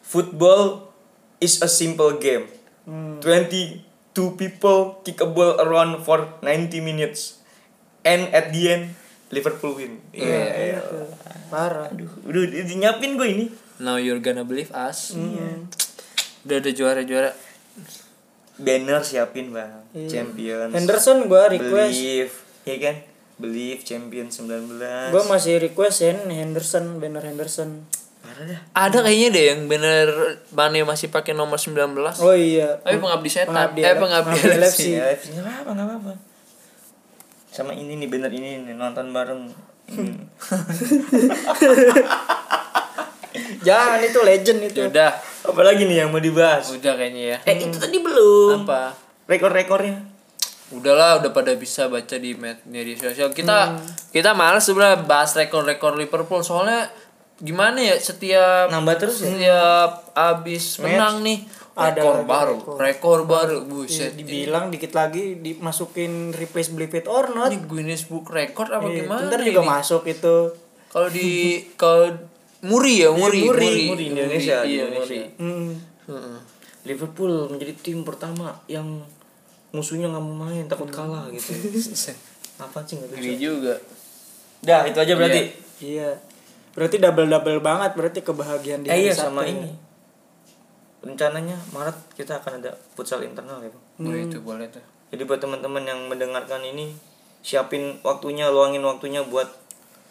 [SPEAKER 2] football is a simple game 22 people kick a ball around for 90 minutes and at the end Liverpool win iya
[SPEAKER 3] gitu. Parah.
[SPEAKER 2] udah udah nyiapin gue ini
[SPEAKER 4] now you're gonna believe us udah ada juara juara
[SPEAKER 2] banner siapin bang champions
[SPEAKER 3] Henderson gue request.
[SPEAKER 2] believe ya kan believe champion 19
[SPEAKER 3] Gue masih request Hen- Henderson, banner Henderson.
[SPEAKER 2] parah dah
[SPEAKER 4] ada kayaknya deh yang bener Mane masih pakai nomor 19
[SPEAKER 3] Oh iya.
[SPEAKER 4] tapi pengabdi setan
[SPEAKER 3] Pengabdi
[SPEAKER 4] eh
[SPEAKER 3] Ele-
[SPEAKER 4] pengabdi
[SPEAKER 3] Pengabdi
[SPEAKER 4] LFC.
[SPEAKER 3] Sih.
[SPEAKER 2] ya nggak apa nggak apa sama ini nih banner ini nih, nonton bareng Hmm.
[SPEAKER 3] Jangan itu legend itu.
[SPEAKER 4] Ya udah
[SPEAKER 2] apalagi nih yang mau dibahas
[SPEAKER 3] Eh, Hmm.
[SPEAKER 4] udah kayaknya ya
[SPEAKER 2] eh itu tadi belum
[SPEAKER 4] apa
[SPEAKER 2] rekor rekornya
[SPEAKER 4] udahlah udah pada bisa baca di med- media sosial kita kita males sebenarnya bahas rekor-rekor Liverpool soalnya gimana ya setiap
[SPEAKER 2] Nambah terus ya?
[SPEAKER 4] setiap abis menang nih
[SPEAKER 3] ada
[SPEAKER 4] rekor
[SPEAKER 3] lagi
[SPEAKER 4] baru
[SPEAKER 3] rekor.
[SPEAKER 4] rekor baru
[SPEAKER 3] Iya,
[SPEAKER 4] buset
[SPEAKER 3] dibilang dikit lagi dimasukin replace believe it or not.
[SPEAKER 4] ini Guinness Book Record
[SPEAKER 2] oh,
[SPEAKER 4] apa
[SPEAKER 3] Iya,
[SPEAKER 4] gimana
[SPEAKER 3] bentar juga
[SPEAKER 4] ini?
[SPEAKER 3] masuk itu.
[SPEAKER 4] kalau di kalau Muri ya Muri
[SPEAKER 2] Iya, Muri, Muri,
[SPEAKER 4] Muri,
[SPEAKER 2] Indonesia,
[SPEAKER 4] iya,
[SPEAKER 2] Indonesia.
[SPEAKER 4] Muri.
[SPEAKER 3] Hmm.
[SPEAKER 4] Heeh.
[SPEAKER 2] Liverpool menjadi tim pertama yang musuhnya nggak mau main takut kalah gitu. Apa sih nggak
[SPEAKER 4] Ini
[SPEAKER 2] bisa?
[SPEAKER 4] juga
[SPEAKER 2] Dah itu aja berarti.
[SPEAKER 3] Iya. Berarti double-double banget berarti kebahagiaan di
[SPEAKER 2] Eh,
[SPEAKER 3] hari
[SPEAKER 2] iya
[SPEAKER 3] Sabtu
[SPEAKER 2] sama
[SPEAKER 3] ya.
[SPEAKER 2] ini. Rencananya Maret kita akan ada futsal internal ya. Bang.
[SPEAKER 4] boleh itu boleh tuh
[SPEAKER 2] Jadi buat teman-teman yang mendengarkan ini siapin waktunya, luangin waktunya buat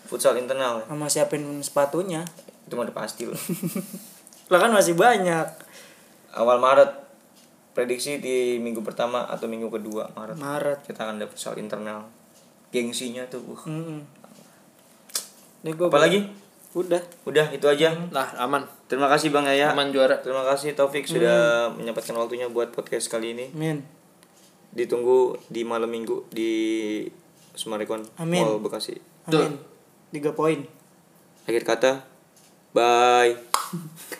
[SPEAKER 2] futsal internal. Ya.
[SPEAKER 3] Sama siapin sepatunya.
[SPEAKER 2] Itu mah udah pasti loh.
[SPEAKER 3] Lah kan masih banyak.
[SPEAKER 2] Awal Maret prediksi di minggu pertama atau minggu kedua Maret
[SPEAKER 3] Maret.
[SPEAKER 2] kita akan ada futsal internal. Gengsinya tuh. uh.
[SPEAKER 3] Hmm. Ini gua
[SPEAKER 2] Apalagi?
[SPEAKER 3] udah.
[SPEAKER 2] Udah itu aja.
[SPEAKER 4] nah aman
[SPEAKER 2] Terima kasih Bang Yaya.
[SPEAKER 4] aman juara
[SPEAKER 2] Terima kasih Taufik sudah menyempatkan waktunya buat podcast kali ini.
[SPEAKER 3] Min.
[SPEAKER 2] Ditunggu di malam Minggu di Sumarekon
[SPEAKER 3] Amin.
[SPEAKER 2] Mall Bekasi.
[SPEAKER 3] Amin. Tiga poin.
[SPEAKER 2] Akhir kata, bye.